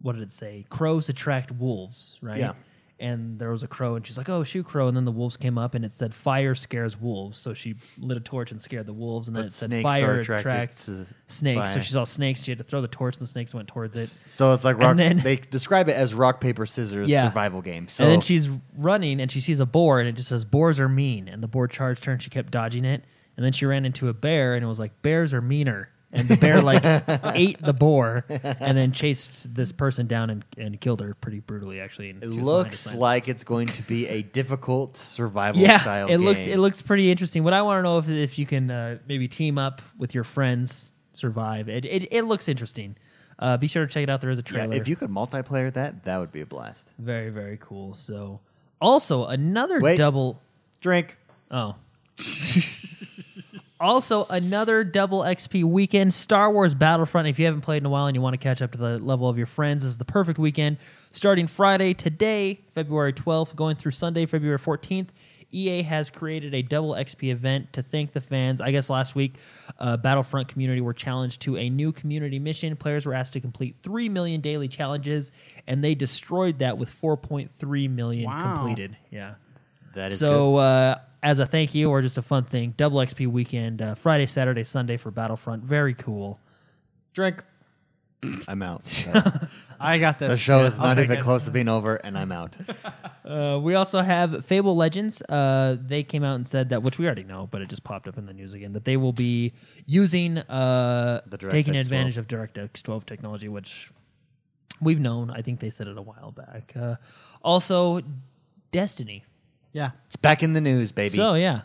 C: "What did it say? Crows attract wolves, right?"
A: Yeah.
C: And there was a crow, and she's like, "Oh, shoot, crow!" And then the wolves came up, and it said, "Fire scares wolves." So she lit a torch and scared the wolves, and then
A: But
C: it said,
A: snakes
C: "Fire
A: are attracted
C: attracts
A: to
C: snakes." So
A: fire.
C: she saw snakes. She had to throw the torch, and the snakes went towards it.
A: So it's like rock.
C: then-
A: they describe it as rock paper scissors
C: Yeah.
A: survival game. So
C: and then she's running and she sees a boar and it just says boars are mean and the boar charged her and she kept dodging it and then she ran into a bear and it was like bears are meaner and the bear like ate the boar and then chased this person down and, and killed her pretty brutally actually and
A: it
C: she was behind a
A: looks
C: sign.
A: like it's going to be a difficult survival
C: yeah
A: style.
C: it looks
A: game.
C: it looks pretty interesting what i want to know if, if you can uh, maybe team up with your friends survive it it, it looks interesting uh, be sure to check it out there is a
A: Yeah,
C: trailer
A: if you could multiplayer that, that would be a blast.
C: very very cool so also another
A: Wait.
C: double
A: Drink.
C: Oh. also, another double XP weekend, Star Wars Battlefront. If you haven't played in a while and you want to catch up to the level of your friends, this is the perfect weekend. Starting Friday, today, February 12th, going through Sunday, February 14th, EA has created a double XP event to thank the fans. I guess last week, uh, Battlefront community were challenged to a new community mission. Players were asked to complete 3 million daily challenges, and they destroyed that with 4.3 million
B: Wow.
C: completed. Yeah
A: That is
C: so uh, as a thank you or just a fun thing double xp weekend uh, friday saturday sunday for battlefront very cool
A: drink. I'm out.
B: I got this.
A: the show
B: Yeah,
A: is
B: I'll
A: not
B: take
A: even
B: it.
A: close to being over, and I'm out.
C: uh, we also have fable legends uh, they came out and said that which we already know but it just popped up in the news again that they will be using uh,
A: The
C: taking
A: DirectX
C: advantage of directx 12 technology which we've known i think they said it a while back uh, also destiny
B: Yeah.
A: It's back in the news, baby.
C: So yeah,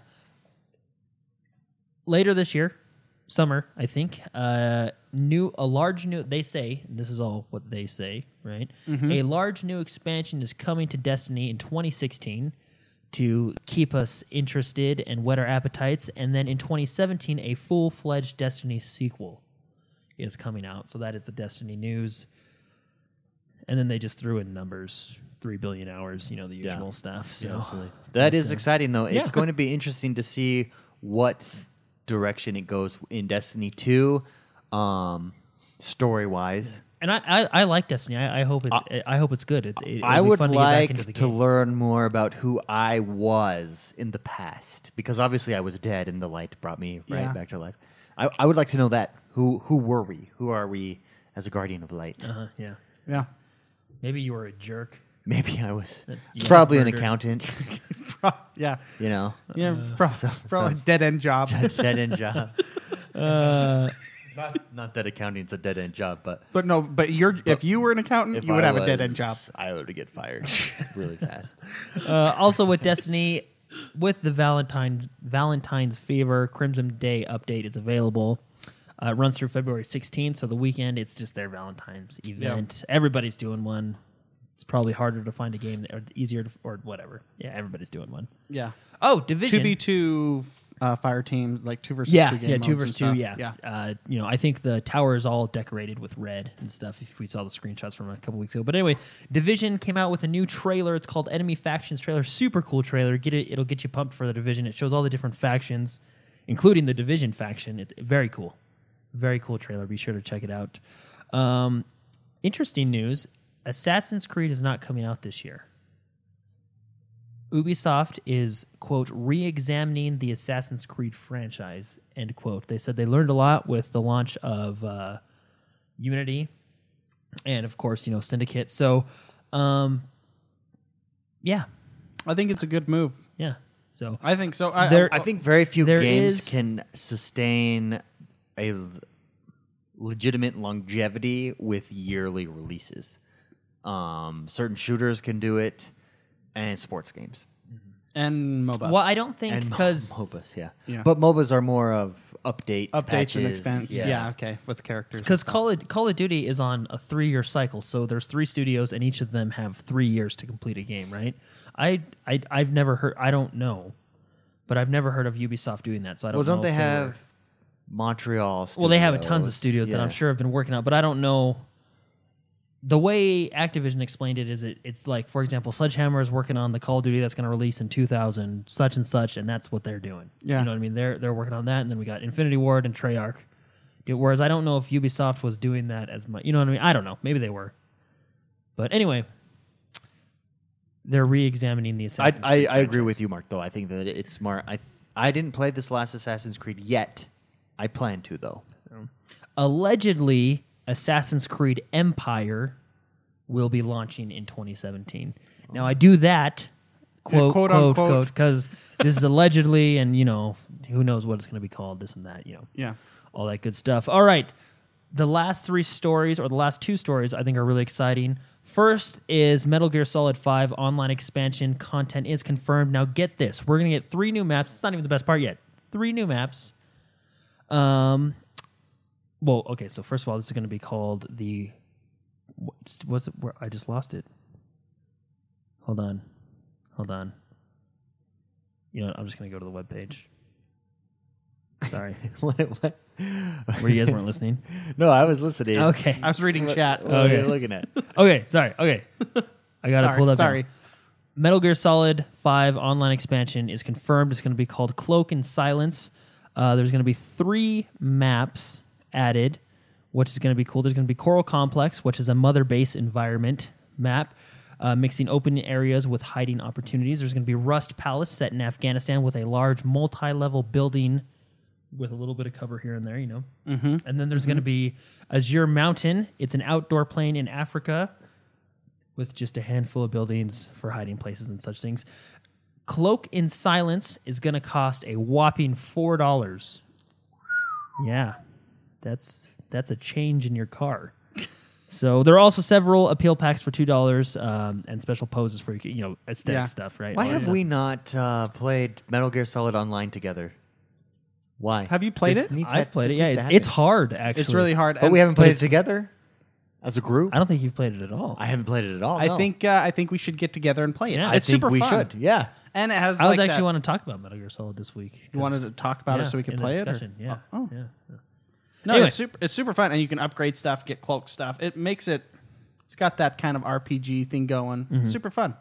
C: later this year, summer, I think. Uh, new a large new they say this is all what they say, right?
A: Mm-hmm.
C: A large new expansion is coming to Destiny in 2016 to keep us interested and whet our appetites, and then in 2017 a full fledged Destiny sequel is coming out. So that is the Destiny news. And then they just threw in numbers, three billion hours, you know, the
A: Yeah.
C: usual stuff. So
A: That is exciting, though.
C: Yeah.
A: It's going to be interesting to see what direction it goes in Destiny 2, um, story wise.
C: And I, I, I like Destiny. I, I hope it's I, hope it's good. It's it,
A: I
C: it'll be
A: would
C: fun to, get back
A: like
C: into the
A: to,
C: game.
A: learn more about who I was in the past because obviously I was dead and the light brought me right
B: Yeah.
A: back to life. I, I would like to know that. Who who were we? Who are we as a guardian of light?
C: Uh-huh, yeah.
B: Yeah.
C: Maybe you were a jerk.
A: Maybe I was
C: yeah,
A: probably an
C: murder.
A: accountant,
B: Pro- yeah.
A: you know,
B: Yeah. pro- probably
A: Uh, so-
B: dead end job.
A: dead end job.
C: Uh,
A: not, not that accounting's a dead end job, but
B: but no. But you're if you were an accountant,
A: if
B: you would
A: I
B: have a dead
A: was,
B: end job.
A: I would get fired really fast.
C: Uh, also with Destiny, with the Valentine Valentine's Fever Crimson Day update is available. Uh, it runs through February 16th, so the weekend it's just their Valentine's event. Everybody's doing one. It's probably harder to find a game that, or easier to, or whatever. Yeah, everybody's doing one.
B: Yeah.
C: Oh, Division.
B: Two v two uh, fire team, like two versus
C: Yeah,
B: two game
C: yeah,
B: modes
C: two
B: and
C: versus two.
B: stuff.
C: Yeah, Uh, you know, I think the tower is all decorated with red and stuff. If we saw the screenshots from a couple weeks ago, but anyway, Division came out with a new trailer. It's called Enemy Factions trailer. Super cool trailer. Get it? It'll get you pumped for the Division. It shows all the different factions, including the Division faction. It's very cool, very cool trailer. Be sure to check it out. Um, interesting news: Assassin's Creed is not coming out this year. Ubisoft is quote re-examining the Assassin's Creed franchise end quote. They said they learned a lot with the launch of uh, Unity, and of course you know Syndicate. So, um, yeah,
B: I think it's a good move.
C: yeah. So
B: I think so. I,
C: There-
B: I,
A: I think very few
C: There
A: games
C: is-
A: can sustain a l- legitimate longevity with yearly releases. Um, certain shooters can do it, and sports games
B: and mobile.
C: well, I don't think
A: and mo-
C: because
A: MOBAs, yeah.
B: Yeah.
A: but MOBAs are more of updates,
B: Updates
A: patches,
B: and expansions. Yeah. okay, with characters.
C: because Call of, Call of Duty is on a three year cycle, so there's three studios, and each of them have three years to complete a game, right? I I I've never heard. I don't know, but I've never heard of Ubisoft doing that. So I don't.
A: Well, don't
C: know
A: they
C: if were-
A: have Montreal? Studios,
C: Well, they have a tons of studios that I'm
A: Yeah.
C: sure have been working on, but I don't know. The way Activision explained it is it, it's like, for example, Sledgehammer is working on the Call of Duty that's going to release in 2000, such and such, and that's what they're doing.
B: Yeah.
C: You know what I mean? They're they're working on that, and then we got Infinity Ward and Treyarch. Yeah, Whereas I don't know if Ubisoft was doing that as much. You know what I mean? I don't know. Maybe they were. But anyway, they're re-examining the
A: I,
C: Assassin's
A: I,
C: Creed
A: I agree
C: franchise.
A: with you, Mark. Though I think that it's smart. I I didn't play this last Assassin's Creed yet. I plan to though.
C: allegedly Assassin's Creed Empire will be launching in 2017. Now I do that quote
B: quote,
C: quote
B: unquote.
C: quote because this is allegedly, and you know who knows what it's going to be called, this and that, you know,
B: yeah,
C: all that good stuff. All right, the last three stories or the last two stories I think are really exciting. First is Metal Gear Solid 5 online expansion content is confirmed. Now get this. We're going to get three new maps. It's not even the best part yet. Three new maps. Um, well, okay. So first of all, this is going to be called the. What's, what's it? Where I just lost it. Hold on, hold on. You know, what, I'm just going to go to the web page. Sorry,
A: What- what-
C: where you guys weren't listening.
A: no, I was listening.
C: Okay,
B: I was reading chat.
A: What Oh, were you
C: Okay.
A: looking at?
C: okay. Sorry. Okay, I got it
B: sorry,
C: pulled up. now.
B: sorry.
C: Metal Gear Solid 5 online expansion is confirmed. It's going to be called Cloak and Silence. Uh, there's going to be three maps added, which is going to be cool. There's going to be Coral Complex, which is a mother base environment map, uh, mixing open areas with hiding opportunities. There's going to be Rust Palace, set in Afghanistan, with a large multi level building with a little bit of cover here and there, you know. Mm-hmm. And then there's going to be Azure Mountain. It's an outdoor plane in Africa with just a handful of buildings for hiding places and such things. Cloak in Silence is going to cost a whopping four dollars. Yeah, that's that's a change in your car. so there are also several appeal packs for two dollars um, and special poses for you know aesthetic
B: Yeah.
C: stuff, right?
A: Why
C: All that
A: have
C: stuff.
A: we not uh, played Metal Gear Solid Online together? Why?
B: Have you played
A: This
B: it?
A: needs to
C: I've
A: ha-
C: played
A: this
C: it. Yeah,
A: needs to
C: it's,
A: happen.
C: it's hard actually.
B: It's really hard.
A: But
B: and-
A: we haven't
B: but
A: played it
B: it's-
A: together as a group.
C: I don't think you've played it at all.
A: I haven't played it at all.
B: I
A: no.
B: think uh, I think we should get together and play it.
C: Yeah.
A: I
B: it's
A: think
B: super
A: we
B: fun.
A: should. Yeah.
B: And it has.
C: I was
B: like
C: actually
B: that-
C: wanting to talk about Metal Gear Solid this week.
B: you wanted to talk about it so we could play it. or-
C: it. Yeah.
B: Oh,
C: yeah.
B: No,
C: Anyway.
B: it's super. It's super fun, and you can upgrade stuff, get cloak stuff. It makes it. It's got that kind of RPG thing going.
C: Mm-hmm.
B: Super fun.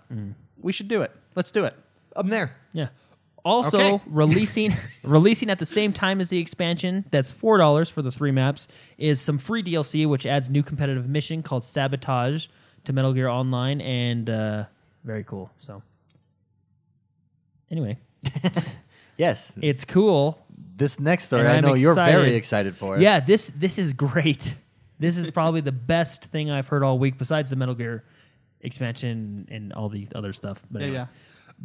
B: We should do it. Let's do it.
A: I'm there.
C: Yeah. Also
B: Okay.
C: releasing releasing at the same time as the expansion, that's four dollars for the three maps, is some free DLC which adds new competitive mission called Sabotage to Metal Gear Online and uh, very cool. So anyway,
A: Yes.
C: it's cool.
A: This next story,
C: And
A: I
C: I'm
A: know you're very
C: excited.
A: excited for it.
C: Yeah, this this is great. This is probably the best thing I've heard all week besides the Metal Gear expansion and all the other stuff. But
B: Yeah,
C: anyway.
B: yeah.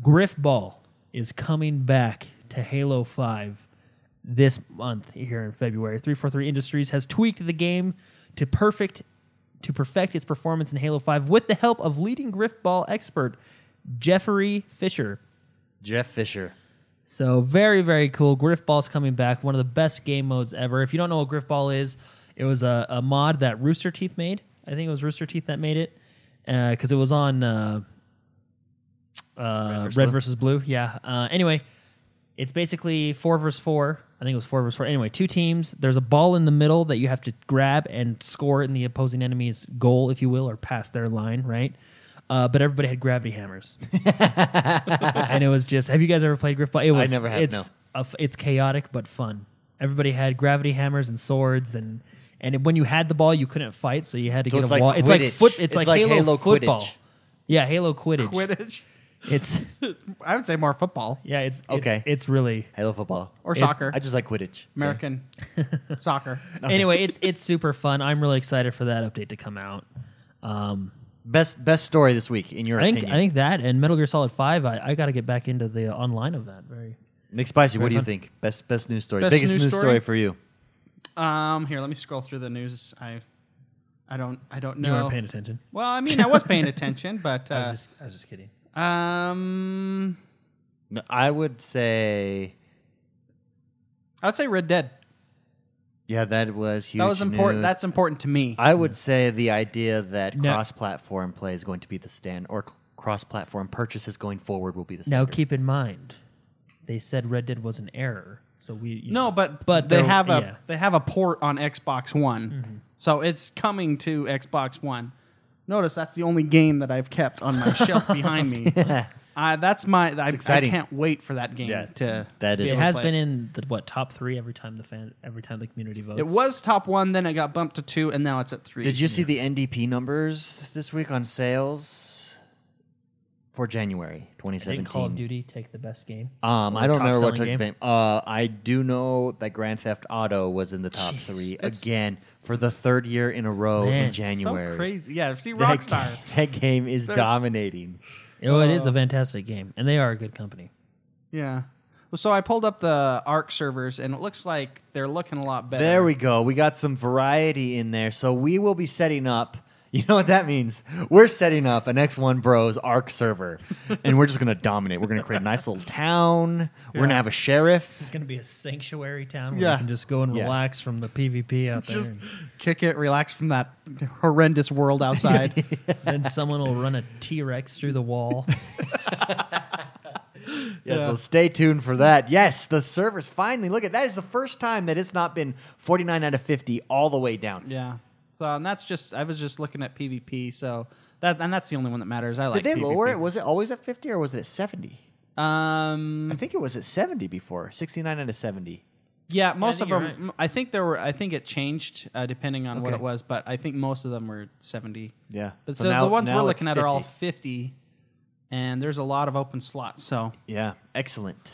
C: Griff Ball is coming back to Halo 5 this month here in February. 343 Industries has tweaked the game to perfect to perfect its performance in Halo 5 with the help of leading Griff Ball expert Jeffrey Fisher.
A: Jeff Fisher.
C: So very very cool. Griff Ball's coming back. One of the best game modes ever. If you don't know what Griff Ball is, it was a, a mod that Rooster Teeth made. I think it was Rooster Teeth that made it because it was on uh, uh, Red, versus Blue. Yeah. Uh, anyway, It's basically four versus four. I think it was four versus four. Anyway, two teams. There's a ball in the middle that you have to grab and score in the opposing enemy's goal, if you will, or past their line, right? Uh, but everybody had gravity hammers, and it was just. Have you guys ever played Griff Ball? It was.
A: never have,
C: It's a f- it's chaotic but fun. Everybody had gravity hammers and swords, and and when you had the ball, you couldn't fight, so you had to
A: So
C: get
A: it's
C: a
A: like
C: wall. It's like
A: Quidditch.
C: foot. It's,
A: It's
C: like,
A: like
C: Halo,
A: Halo
C: football.
A: Quidditch.
C: Yeah, Halo Quidditch.
B: Quidditch.
C: It's
B: I would say more football
C: yeah, it's it's-
A: Okay.
C: It's, really
A: I love football.
B: or
C: It's-
B: soccer.
A: I just like Quidditch.
B: American soccer.
C: anyway. It's it's super fun. I'm really excited for that update to come out. Um,
A: Best best story this week in your
C: I think
A: opinion.
C: I think that and Metal Gear Solid Five. I, I got to get back into the online of that. Very
A: Nick Spicy, what
C: Very
A: do you
C: fun.
A: think? Best best news story.
B: Best
A: Biggest
B: news
A: news, story?
B: story?
A: for you.
B: Um, here, let me scroll through the news. I, I don't, I don't know.
C: you weren't paying attention.
B: Well, I mean, I was paying attention, but
C: I was
B: uh,
C: just I was just kidding.
B: um,
A: No, I would say
B: I would say Red Dead.
A: yeah, that was huge.
B: That was important.
A: news.
B: That's important to me.
A: I would say the idea that
C: No.
A: cross-platform play is going to be the stand or c- cross-platform purchases going forward will be the
C: Now
A: standard.
C: keep in mind, they said Red Dead was an error, so we you
B: no,
C: know,
B: but
C: But
B: but they
C: they're-
B: have a
C: yeah.
B: they have a port on Xbox One, so it's coming to Xbox One. Notice that's the only game that I've kept on my shelf behind me. Uh, that's my. I, I
A: exciting.
B: can't wait for that game
A: Yeah,
B: to.
A: that
B: be
A: is-
C: it
B: able to
C: has
B: play.
C: been in the what top three every time the fan every time the community votes.
B: It was top one, then it got bumped to two, and now it's at three.
A: Did you see the NDP numbers this week on sales for January
C: I think Call of
A: 2017?
C: Duty take the best game.
A: Um,
C: Or
A: I don't
C: top
A: remember what took
C: selling
A: the
C: game?
A: fame. Uh, I do know that Grand Theft Auto was in the top three again for the third year in a row
C: Man,
A: in
C: so
A: January.
B: So crazy. Yeah, see
A: That,
B: Rockstar.
A: ga- that game is dominating.
C: Oh, it is a fantastic game, and they are a good company.
B: Yeah. Well, so I pulled up the ARC servers, and it looks like they're looking a lot better.
A: There we go. We got some variety in there. So we will be setting up. You know what that means? We're setting up an X1 Bros ARC server, and we're just gonna dominate. We're gonna create a nice little town. We're gonna have a sheriff.
C: It's going to be a sanctuary town where
B: Yeah.
C: you can just go and
A: Yeah.
C: relax from the PvP out there.
B: Just
C: and
B: kick it, relax from that horrendous world outside.
C: then someone will run a T Rex through the wall.
A: Yeah,
B: Yeah.
A: So stay tuned for that. Yes, the servers finally. Look at that is the first time that it's not been 49 out of 50 all the way down.
B: yeah. So and that's just I was just looking at PvP. So that and that's the only one that matters. I like.
A: Did they
B: PvP.
A: lower it? Was it always at 50 or was it at 70? I
B: Um.
A: think it was at 70 before. 69 out of 70.
B: Yeah. Most of
C: think
B: them.
C: you're
B: m- I think there were. I think it changed uh, depending on what
A: Okay.
B: it was, but I think most of them were seventy.
A: Yeah.
B: But so,
A: now-
B: the ones
A: now
B: we're
A: it's
B: looking at are all
A: 50.
B: fifty, and there's a lot of open slots. So
A: Yeah, excellent.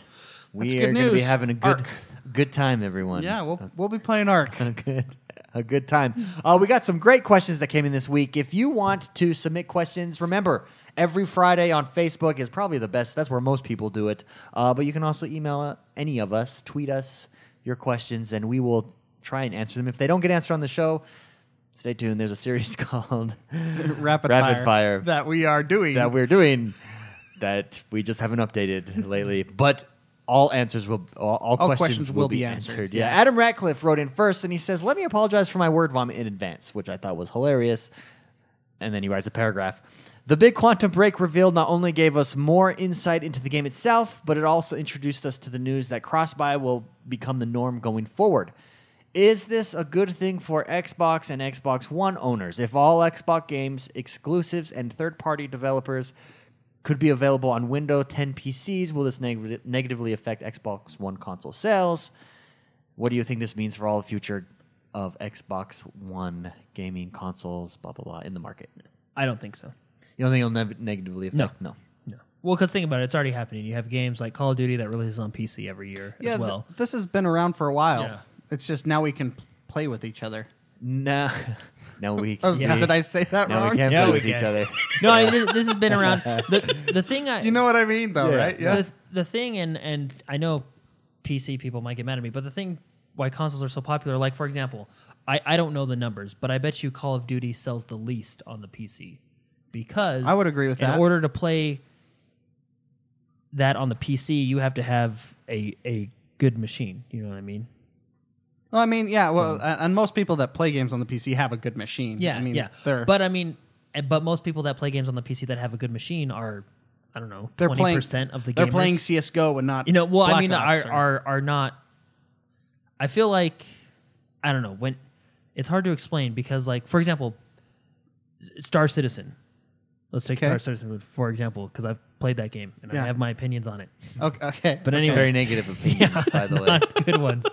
A: We
B: That's
A: are
B: good
A: going to be
B: news.
A: having a good
B: Arc.
A: good time, everyone.
B: yeah, we'll we'll be playing Arc.
A: a good a good time. Uh, we got some great questions that came in this week. If you want to submit questions, remember every Friday on Facebook is probably the best. That's where most people do it. Uh, but you can also email uh, any of us, tweet us your questions, and we will try and answer them. If they don't get answered on the show, stay tuned. There's a series called
B: rapid,
A: Rapid
B: fire,
A: Fire.
B: that we are doing.
A: that we're doing that we just haven't updated lately. But all answers will all, all questions,
B: questions
A: will be answered. Yeah.
B: yeah.
A: Adam Ratcliffe wrote in first and he says, Let me apologize for my word vomit in advance, which I thought was hilarious. And then he writes a paragraph. The big quantum break reveal not only gave us more insight into the game itself, but it also introduced us to the news that cross-buy will become the norm going forward. Is this a good thing for Xbox and Xbox One owners if all Xbox games, exclusives, and third party developers could be available on Windows 10 PCs? Will this neg- negatively affect Xbox One console sales? What do you think this means for all the future of Xbox One gaming consoles, blah, blah, blah, in the market?
C: I don't think so.
A: You don't think it'll neg- negatively affect? No.
C: No. Well, because think about it, it's already happening. You have games like Call of Duty that releases on PC every year
B: yeah,
C: as
B: th-
C: well.
B: this has been around for a while.
C: Yeah.
B: It's just now we can p- play with each other.
A: No. No, we
B: Oh,
A: yeah.
B: Did I say that
A: No,
B: wrong?
A: we can't
C: Yeah,
A: play
C: we
A: with each
C: can.
A: other.
C: No, I mean, this has been around. The, the thing I
B: You know what I mean, though,
A: Yeah.
B: right? Yeah.
C: the, the thing and and I know PC people might get mad at me, but the thing why consoles are so popular, like for example, I, I don't know the numbers, but I bet you Call of Duty sells the least on the PC because
B: I would agree with
C: in
B: that.
C: order to play that on the PC, you have to have a a good machine. You know what I mean?
B: Well, I mean, yeah.
A: Hmm.
B: Well, a- and most people that play games on the PC have a good machine.
C: Yeah,
B: I mean,
C: yeah.
B: They're,
C: But I mean, eh, but most people that play games on the PC that have a good machine are I don't know
B: They're
C: twenty
B: playing
C: percent of the gamers.
B: They're playing CS:GO and not
C: You know, well,
B: Black
C: I mean,
B: Ops
C: are
B: or-
C: are are not. I feel like I don't know when it's hard to explain because, like, for example, S- Star Citizen. Let's take
B: Okay.
C: Star Citizen for example because I've played that game and
B: Yeah.
C: I have my opinions on it.
B: okay, okay.
C: But anyway,
A: Very negative opinions, by the way.
C: not good ones.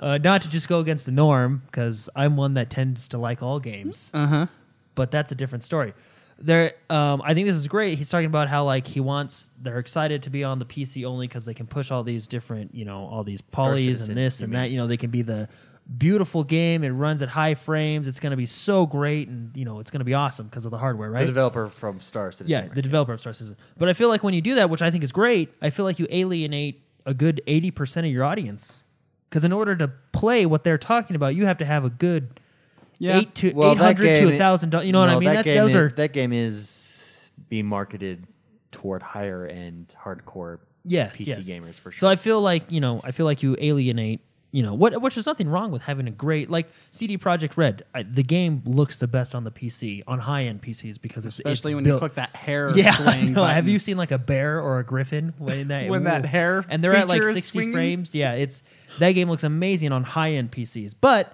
C: Uh, not to just go against the norm, because I'm one that tends to like all games,
B: uh huh.
C: but that's a different story. There, um, I think this is great. He's talking about how like he wants they're excited to be on the PC only because they can push all these different, you know, all these polys
A: Citizen,
C: and this
A: you
C: and
A: mean.
C: that. You know, they can be the beautiful game. It runs at high frames. It's going to be so great, and you know, it's going to be awesome because of the hardware,
A: The
C: right?
A: developer from Star Citizen.
C: yeah,
A: right?
C: the developer of Star Citizen. But I feel like when you do that, which I think is great, I feel like you alienate a good eighty percent of your audience. Because in order to play what they're talking about, you have to have a good
B: Yeah.
C: eight to
A: Well,
C: eight
A: that
C: hundred
A: game
C: to
A: i-
C: thousand. dollars. You know what I
A: no,
C: mean? That,
A: game
C: those
A: is,
C: are
A: that game is being marketed toward higher end hardcore
C: yes,
A: PC
C: yes.
A: gamers for
C: So
A: sure.
C: I feel like you know, I feel like you alienate. You know what? Which is nothing wrong with having a great like CD Project Red. I, the game looks the best on the PC on high end PCs because it's
B: Especially
C: it's
B: when you
C: built-
B: click that hair.
C: Yeah, I
B: swing
C: know. have
B: button.
C: you seen like a bear or a griffin when that
B: When that hair
C: and they're at like
B: feature is
C: sixty
B: swinging?
C: frames? Yeah, it's that game looks amazing on high end PCs, but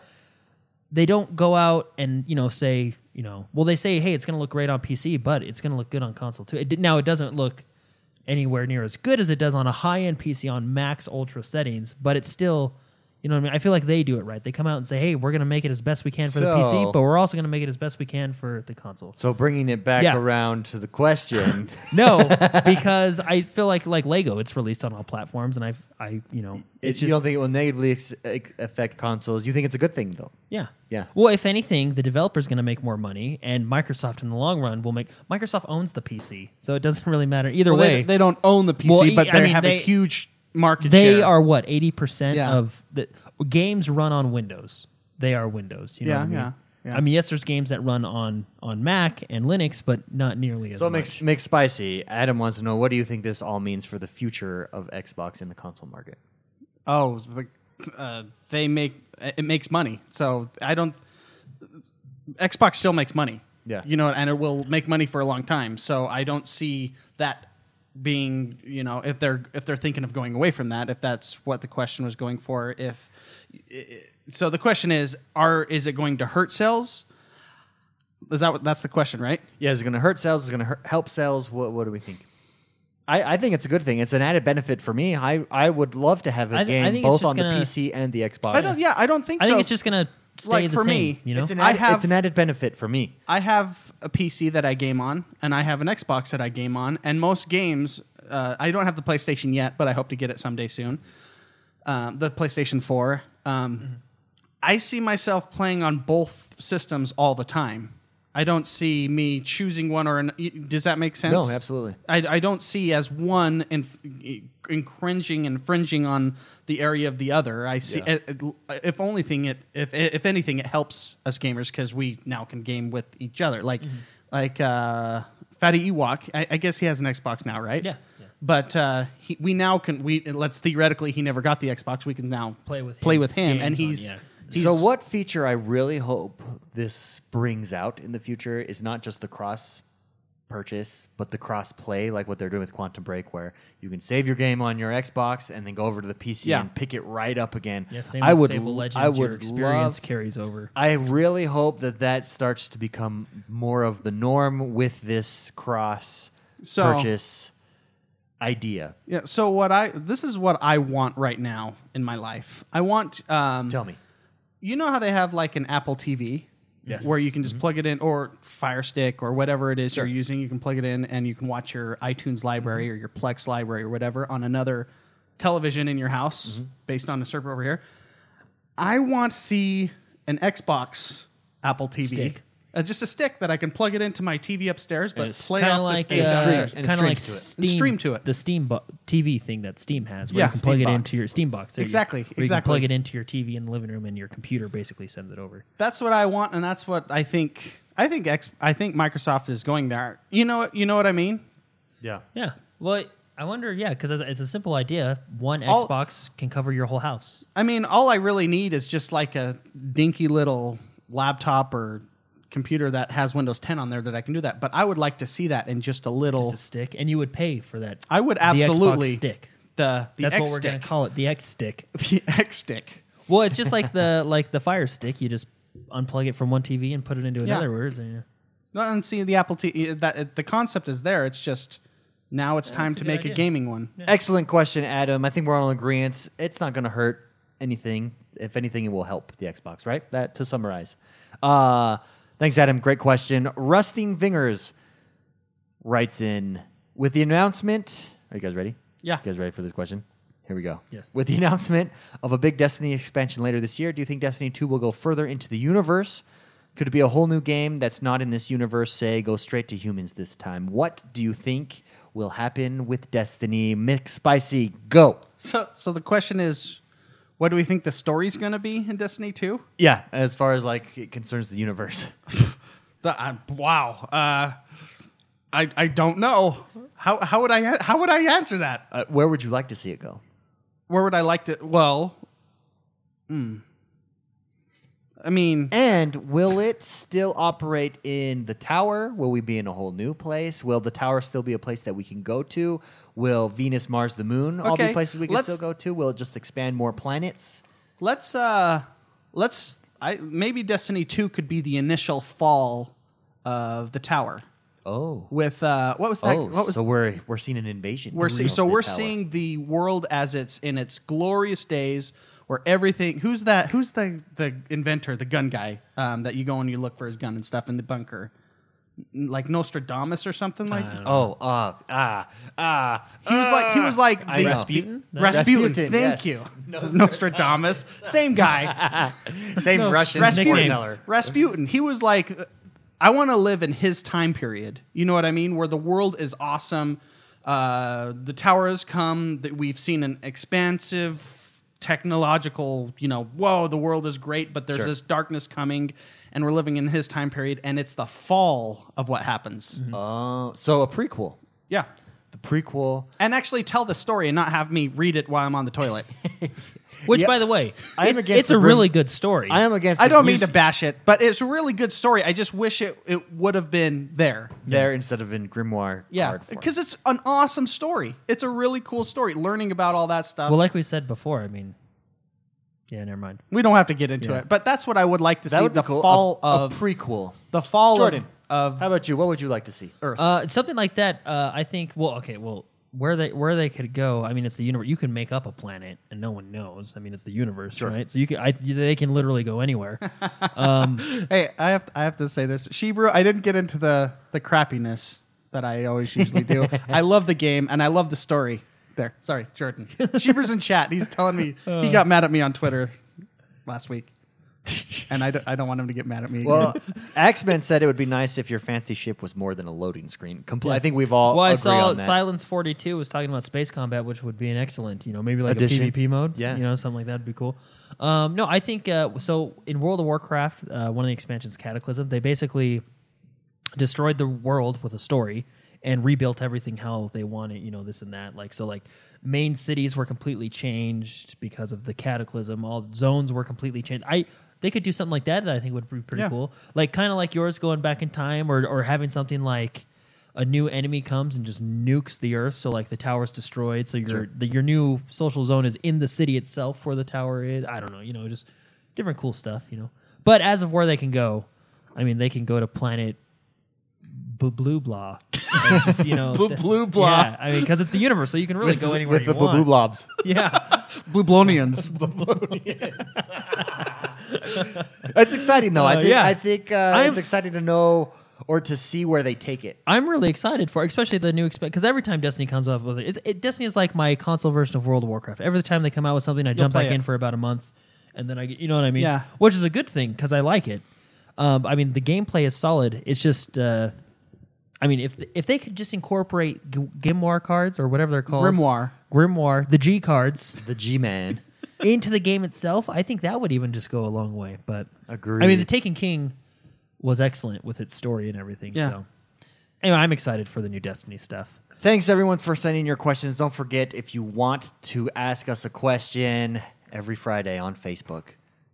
C: they don't go out and you know say you know well they say hey it's going to look great on PC, but it's going to look good on console too. It did, now it doesn't look anywhere near as good as it does on a high end PC on max ultra settings, but it's still. You know what I mean? I feel like they do it right. They come out and say, "Hey, we're going to make it as best we can for the
A: So-
C: PC, but we're also going to make it as best we can for the console."
A: So bringing it back
C: Yeah.
A: around to the question,
C: No, because I feel like like Lego, it's released on all platforms, and I I you know it's
A: if
C: just
A: you don't think it will negatively ex- ex- affect consoles. You think it's a good thing though.
C: yeah
A: Yeah.
C: Well, if anything, the developer's going to make more money, and Microsoft in the long run will make Microsoft owns the PC, so it doesn't really matter either
B: Well,
C: way.
B: They, they don't own the PC,
C: Well,
B: but
C: I
B: they
C: mean,
B: have
C: they-
B: a huge market
C: They
B: share.
C: are what eighty percent
B: Yeah.
C: of the games run on Windows. They are Windows. You know
B: Yeah,
C: what I mean?
B: yeah, yeah.
C: I mean, yes, there's games that run on on Mac and Linux, but not nearly as
A: So
C: much.
A: mix mix spicy. Adam wants to know what do you think this all means for the future of Xbox in the console market?
B: Oh, the, uh, they make it makes money. So I don't. Xbox still makes money.
A: Yeah.
B: you know, and it will make money for a long time. So I don't see that being, you know, if they're if they're thinking of going away from that, if that's what the question was going for. If so, the question is: Are is it going to hurt sales? Is that what that's the question, right?
A: Yeah, is it going to hurt sales? Is it going to hurt, help sales? What What do we think? I, I think it's a good thing. It's an added benefit for me. I, I would love to have a
C: I th- I
A: game
C: think it's
A: both
C: just
A: on
C: gonna-
A: the PC and the Xbox.
B: I don't. Yeah, I don't think.
C: I
B: so.
C: think it's just going to stay
B: like,
C: the
B: for
C: same.
B: me,
C: you know,
A: it's an
B: I
A: added,
B: have-
A: it's an added benefit for me.
B: I have a PC that I game on, and I have an Xbox that I game on, and most games. Uh, I don't have the PlayStation yet, but I hope to get it someday soon. Um, the PlayStation Four. Um, I see myself playing on both systems all the time. I don't see me choosing one or an. Does that make sense?
A: No, absolutely.
B: I, I don't see as one inf- encroaching, infringing on the area of the other. I see,
A: Yeah.
B: it- it- if only thing, it if if anything, it helps us gamers because we now can game with each other. Like
C: Mm-hmm.
B: like uh, Fatty Ewok, I, I guess he has an Xbox now, right?
C: Yeah. Yeah.
B: But uh, he, we now can we let's theoretically he never got the Xbox. We can now
C: Play with
B: play
C: him.
B: with him, and
C: Games
B: he's,
C: on,
B: he's
A: so what feature I really hope this brings out in the future is not just the cross purchase, but the cross play, like what they're doing with Quantum Break, where you can save your game on your Xbox and then go over to the PC
B: Yeah.
A: and pick it right up again.
C: yeah, same
A: I
C: with
A: would,
C: Fable
A: l-
C: Legends.
A: I would
C: your experience
A: love
C: carries over.
A: I really hope that that starts to become more of the norm with this cross
B: So-
A: purchase idea.
B: yeah. So what I this is what I want right now in my life. I want um,
A: Tell me.
B: you know how they have like an Apple TV,
A: Yes.
B: where you can
C: Mm-hmm.
B: just plug it in, or Fire Stick, or whatever it is you're using. You can plug it in, and you can watch your iTunes
C: Mm-hmm.
B: library or your Plex library or whatever on another television in your house,
C: Mm-hmm.
B: based on the server over here. I want to see an Xbox Apple TV,
C: Stick.
B: Uh, just a stick that I can plug it into my TV upstairs, but
A: it's
B: play
C: kind
B: off
C: of like
B: the space
A: uh,
B: downstairs.
A: and it
C: kind of like
A: streams to it.
C: Steam,
B: stream to it.
C: The Steam bo- TV thing that Steam has, where
B: Yeah,
C: you can plug
B: Steam
C: it
B: box.
C: into your Steam box. There you go.
B: Exactly,
C: Where You can
B: exactly.
C: plug it into your TV in the living room, and your computer basically sends it over.
B: That's what I want, and that's what I think. I think X, I think Microsoft is going there. You know, you know what I mean.
A: Yeah.
C: Yeah. Well, I wonder. Yeah, because it's, it's a simple idea. One
B: All-
C: Xbox can cover your whole house.
B: I mean, all I really need is just like a dinky little laptop or computer that has Windows 10 on there that I can do that. But I would like to see that in just a little.
C: Just a stick, and you would pay for that.
B: I would
C: the Xbox
B: absolutely
C: stick.
B: the the
C: That's
B: X
C: what we're
B: stick.
C: gonna call it, the X stick.
B: the X stick.
C: Well, it's just like the like the Fire Stick. You just unplug it from one TV and put it into
B: Yeah.
C: another. Words. and-
B: Well, and see the Apple T uh, that it, the concept is there. It's just now it's time
C: that's
B: to
C: a good
B: make
C: idea.
B: a gaming one.
A: Excellent question, Adam. I think we're all in agreement. It's not going to hurt anything. If anything, it will help the Xbox, right? That to summarize. Uh, thanks, Adam. Great question. Rusting Vingers writes in with the announcement. Are you guys ready?
B: Yeah.
A: You guys ready for this question? Here we go.
C: Yes.
A: With the announcement of a big Destiny expansion later this year, do you think Destiny 2 will go further into the universe? Could it be a whole new game that's not in this universe, say, go straight to humans this time? What do you think will happen with Destiny? Mix Spicy, go.
B: So so the question is, what do we think the story's going to be in Destiny Two?
A: Yeah, as far as like it concerns the universe.
B: The, I wow. Uh, I I don't know. How how would I how would I answer that?
A: Uh, where would you like to see it go?
B: Where would I like to? Well, hmm. I mean,
A: And will it still operate in the tower? Will we be in a whole new place? Will the tower still be a place that we can go to? Will Venus, Mars, the moon all be
B: Okay,
A: places we can
B: let's-
A: still go to? Will it just expand more planets?
B: let's uh let's I maybe Destiny Two could be the initial fall of the tower
A: Oh.
B: with uh what was that
A: Oh,
B: what was
A: so we're we're seeing an invasion.
B: We're see-
A: of
B: so
A: the
B: we're
A: tower.
B: seeing the world as it's in its glorious days, where everything. Who's that? Who's the the inventor, the gun guy um, that you go and you look for his gun and stuff in the bunker, N- like Nostradamus or something like.
A: Oh, uh, ah, ah.
B: he was like he was like
A: I
B: the-
A: know.
C: Rasputin?
B: the- Rasputin.
A: Ah. Rasputin,
B: Thank
A: yes.
B: you, Nostradamus. Same guy.
A: Same Russian
B: Rasputin.
A: storyteller.
B: Rasputin. He was like, I want to live in his time period. You know what I mean? Where the world is awesome. Uh, the tower has come. That we've seen an expansive technological. You know, whoa, the world is great, but there's
A: Sure.
B: this darkness coming, and we're living in his time period, and it's the fall of what happens.
A: Oh, so a prequel.
B: Yeah.
A: The prequel.
B: And actually tell the story and not have me read it while I'm on the tolet.
C: Which,
A: Yep.
C: by the way,
A: I am
C: it's-
A: against
C: it's
A: the
C: a
A: brim-
C: really good story.
A: I am against.
B: I
A: it.
B: don't
A: You
B: mean to
A: s-
B: bash it, but it's a really good story. I just wish it, it would have been there.
A: there instead of in grimoire.
B: Yeah,
A: card form.
B: because it's an awesome story. It's a really cool story. Learning about all that stuff.
C: Well, like we said before, I mean, yeah, never mind.
B: we don't have to get into
C: Yeah.
B: it, but that's what I would like to
A: that
B: see.
A: would be
B: The
A: cool. A-
B: fall
A: a,
B: of
A: prequel.
B: the fall of-
A: Jordan.
B: of,
A: How about you? What would you like to see?
B: Earth.
C: Uh, something like that. Uh, I think. Well, okay. Well, where they where they could go. I mean, it's the universe. You can make up a planet, and no one knows. I mean, it's the universe, right? So you can. I, they can literally go anywhere. um,
B: hey, I have I have to say this. Shebrew, I didn't get into the the crappiness that I always usually do. I love the game and I love the story. There, sorry, Jordan. Shebrew's in chat. He's telling me
A: Uh.
B: he got mad at me on Twitter last week, and I, don't- I don't want him to get mad at me. again.
A: Well, X Men said it would be nice if your fancy ship was more than a loading screen. Compl- I think we've all.
C: well, I
A: agree
C: saw
A: on that.
C: Silence Forty Two was talking about space combat, which would be an excellent. You know, maybe like
A: Addition.
C: a PvP mode.
A: Yeah.
C: You know, something like that would be cool. Um, no, I think uh, so. In World of Warcraft, uh, one of the expansions, Cataclysm, they basically destroyed the world with a story and rebuilt everything how they want it, you know, this and that. Like so like main cities were completely changed because of the cataclysm. All zones were completely changed. I they could do something like that that I think would be pretty
B: Yeah.
C: cool. Like kind of like yours going back in time or or having something like a new enemy comes and just nukes the earth so like the tower's destroyed so your the, your new social zone is in the city itself where the tower is. I don't know, you know, just different cool stuff, you know. But as of where they can go, I mean they can go to planet b- blue blah. And just, you know,
B: Bl-
C: th-
B: blue blah.
C: Yeah, I mean, because it's the universe, so you can really go anywhere
A: with
C: you
A: the
C: want.
A: blue blobs.
C: Yeah,
B: Blublonians.
A: That's exciting, though. I
C: Uh,
A: think.
C: yeah.
A: I think uh,
C: I'm-
A: it's exciting to know or to see where they take it.
C: I'm really excited for, especially the new expansion. Because every time Destiny comes out with it, it's, it, Destiny is like my console version of World of Warcraft. Every time they come out with something, I jump
B: play
C: back
B: it.
C: in for about a month, and then I, get- you know what I mean?
B: Yeah.
C: Which is a good thing because I like it. Um, I mean, the gameplay is solid. It's just, uh, I mean, if if they could just incorporate G- Grimoire cards or whatever they're called,
B: Grimoire.
C: Grimoire, the G cards.
A: The G Man.
C: into the game itself, I think that would even just go a long way. But
A: Agreed.
C: I mean, The Taken King was excellent with its story and everything.
B: Yeah.
C: So anyway, I'm excited for the new Destiny stuff.
A: Thanks everyone for sending your questions. Don't forget if you want to ask us a question every Friday on Facebook.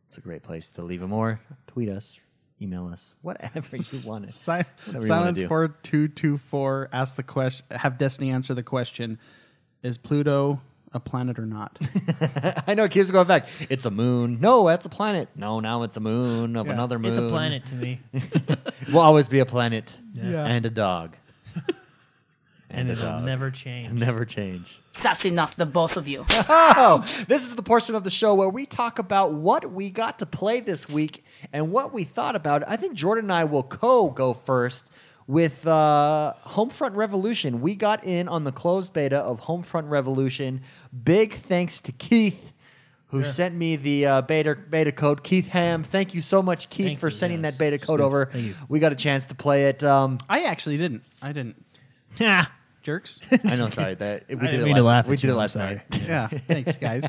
A: It's a great place to leave them or tweet us, email us, whatever you want.
B: Si-
A: Whatever you wanna
B: silence
A: do.
B: four two two four. Ask the question. Have Destiny answer the question: Is Pluto a planet or not?
A: I know it keeps going back. It's a moon. No, that's a planet. No, now it's a moon of
B: Yeah.
A: another moon.
C: It's a planet to me.
A: will always be a planet.
B: Yeah.
A: And a dog.
C: and it'll
A: dog.
C: never change.
A: never change.
D: That's enough, the both of you.
A: Oh, this is the portion of the show where we talk about what we got to play this week and what we thought about it. I think Jordan and I will co go first with uh, Homefront Revolution. We got in on the closed beta of Homefront Revolution. Big thanks to Keith. Who sent me the uh, beta beta code? Keith Ham. Thank you so much, Keith,
C: Thank
A: for
C: you,
A: sending
C: yes.
A: that beta code over.
C: Thank you.
A: We got a chance to play it. Um,
B: I actually didn't. I didn't.
C: Ha!
B: Jerks.
A: I know, sorry that we
C: I
A: did
C: didn't
A: it
C: mean to
A: last.
C: laugh
A: we
C: at
A: did
C: you,
A: it
C: I'm
A: last
C: sorry.
A: night.
B: yeah. Thanks, guys.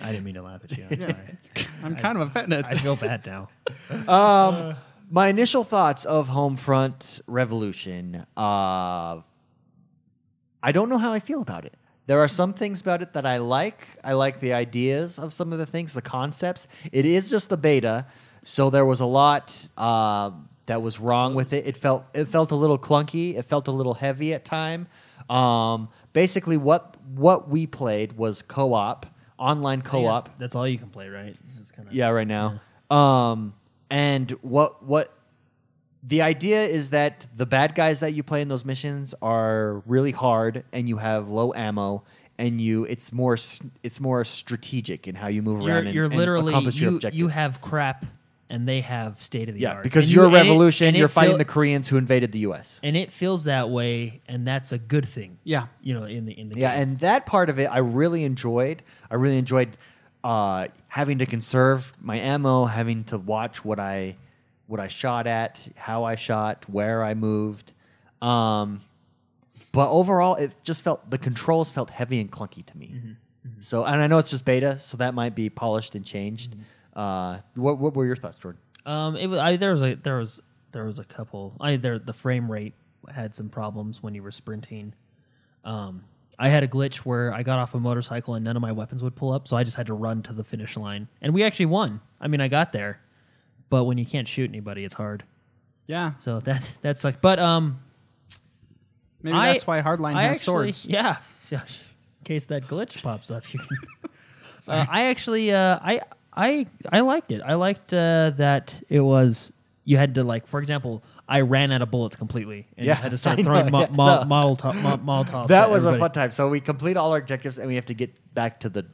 C: I didn't mean to laugh at you. I'm sorry.
B: I'm kind of offended.
C: I feel bad now.
A: My initial thoughts of Homefront Revolution. Uh, I don't know how I feel about it. There are some things about it that I like. I like the ideas of some of the things, the concepts. It is just the beta, so there was a lot uh, that was wrong with it. It felt it felt a little clunky. It felt a little heavy at time. Um, basically, what what we played was co op, online co op.
C: That's all you can play, right? It's kinda,
A: Yeah, right now. Um, and what what the idea is that the bad guys that you play in those missions are really hard, and you have low ammo, and you it's more s- it's more strategic in how you move
C: You're,
A: around. And,
C: you're
A: and
C: literally
A: accomplish your
C: you,
A: objectives.
C: you have crap, and they have state of the
A: yeah
C: art.
A: because
C: And
A: you're
C: you- and it-
A: revolution.
C: and it
A: you're fighting
C: feel-
A: the Koreans who invaded the U.S.
C: and it feels that way, and that's a good thing.
B: Yeah.
C: you know, in the in the
A: Yeah,
C: game.
A: and that part of it I really enjoyed. I really enjoyed uh, having to conserve my ammo, having to watch what I what I shot at, how I shot, where I moved. Um, but overall, it just felt the controls felt heavy and clunky to me.
C: Mm-hmm,
A: So, and I know it's just beta, so that might be polished and changed.
C: Mm-hmm.
A: Uh, what, what were your thoughts, Jordan?
C: Um, it was I, there was a there was there was a couple. I there the frame rate had some problems when you were sprinting. Um, I had a glitch where I got off a motorcycle and none of my weapons would pull up, so I just had to run to the finish line, and we actually won. I mean, I got there, but when you can't shoot anybody, it's hard.
B: Yeah.
C: So that that's like, but um,
B: Maybe
C: I-
B: that's why Hardline
C: I
B: has
C: actually-
B: swords.
C: Yeah, in case that glitch pops up, you can. Uh, I actually, uh, I, I, I liked it. I liked uh, that it was you had to like, for example, I ran out of bullets completely and
A: Yeah,
C: had to start
A: I
C: throwing
A: know,
C: mo-
A: yeah,
C: mo-
A: so-
C: Molotov. Mo- Molotovs
A: that
C: at
A: was a
C: everybody.
A: fun time. So we complete all our objectives, and we have to get back to the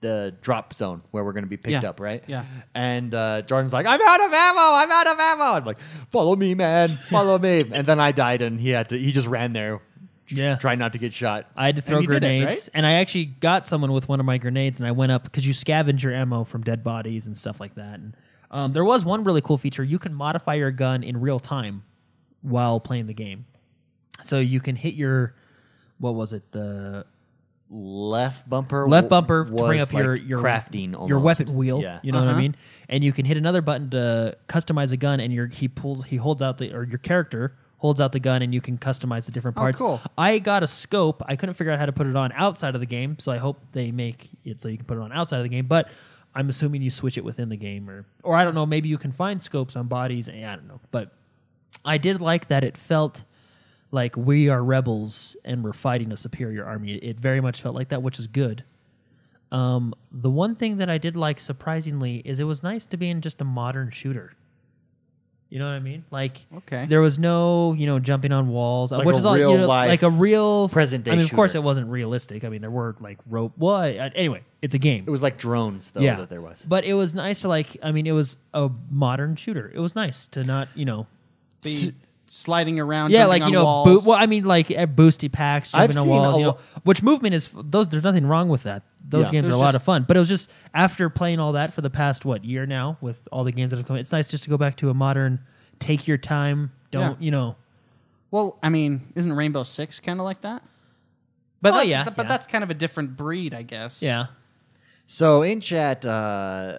A: the drop zone where we're going to be picked
B: Yeah.
A: up, right?
B: Yeah.
A: And uh, Jordan's like, "I'm out of ammo. I'm out of ammo." I'm like, "Follow me, man. Follow me." And then I died, and he had to. He just ran there,
C: Yeah.
A: trying not to get shot.
C: I had to throw
B: you did it,
C: grenades,
B: right?
C: and I actually got someone with one of my grenades, and I went up because you scavenge your ammo from dead bodies and stuff like that. And um, there was one really cool feature: you can modify your gun in real time while playing the game, so you can hit your what was it the
A: Left bumper.
C: left
A: w-
C: bumper to
A: was
C: bring up your
A: like
C: your
A: crafting, almost.
C: your weapon wheel.
A: Yeah.
C: You know what I
B: Uh-huh.
C: mean? And you can hit another button to customize a gun, and your he pulls he holds out the or your character holds out the gun, and you can customize the different parts.
B: Oh, cool.
C: I got a scope. I couldn't figure out how to put it on outside of the game, so I hope they make it so you can put it on outside of the game. But I'm assuming you switch it within the game, or or I don't know. Maybe you can find scopes on bodies. eh, I don't know, but I did like that it felt like we are rebels and we're fighting a superior army. It very much felt like that, which is good. Um, the one thing that I did like surprisingly is it was nice to be in just a modern shooter. You know what I mean? Like,
B: Okay.
C: there was no you know jumping on walls,
A: Like
C: which
A: a
C: is all you
A: real
C: know,
A: life
C: like a real
A: present day
C: I mean, of course,
A: shooter.
C: it wasn't realistic. I mean, there were like rope. Well, I, I- anyway, it's a game.
A: It was like drones, though. That there was.
C: but it was nice to like. I mean, it was a modern shooter. It was nice to not you know
B: The sliding around.
C: yeah,
B: jumping
C: like you
B: on
C: know,
B: walls.
C: boo- well, I mean, like at boosty packs,
A: I've
C: jumping on
A: seen
C: walls,
A: a
C: you
A: lo-
C: know, which movement is those. There's nothing wrong with that. Those
A: Yeah.
C: games
B: It
C: are a
B: was
C: lot
B: just-
C: of fun. But it was just after playing all that for the past what year now with all the games that have come. It's nice just to go back to a modern. Take your time. Don't
B: Yeah.
C: you know?
B: Well, I mean, isn't Rainbow Six kind of like that?
C: But
B: that's,
C: oh, yeah,
B: but
C: yeah.
B: that's kind of a different breed, I guess.
C: yeah.
A: So in chat, uh,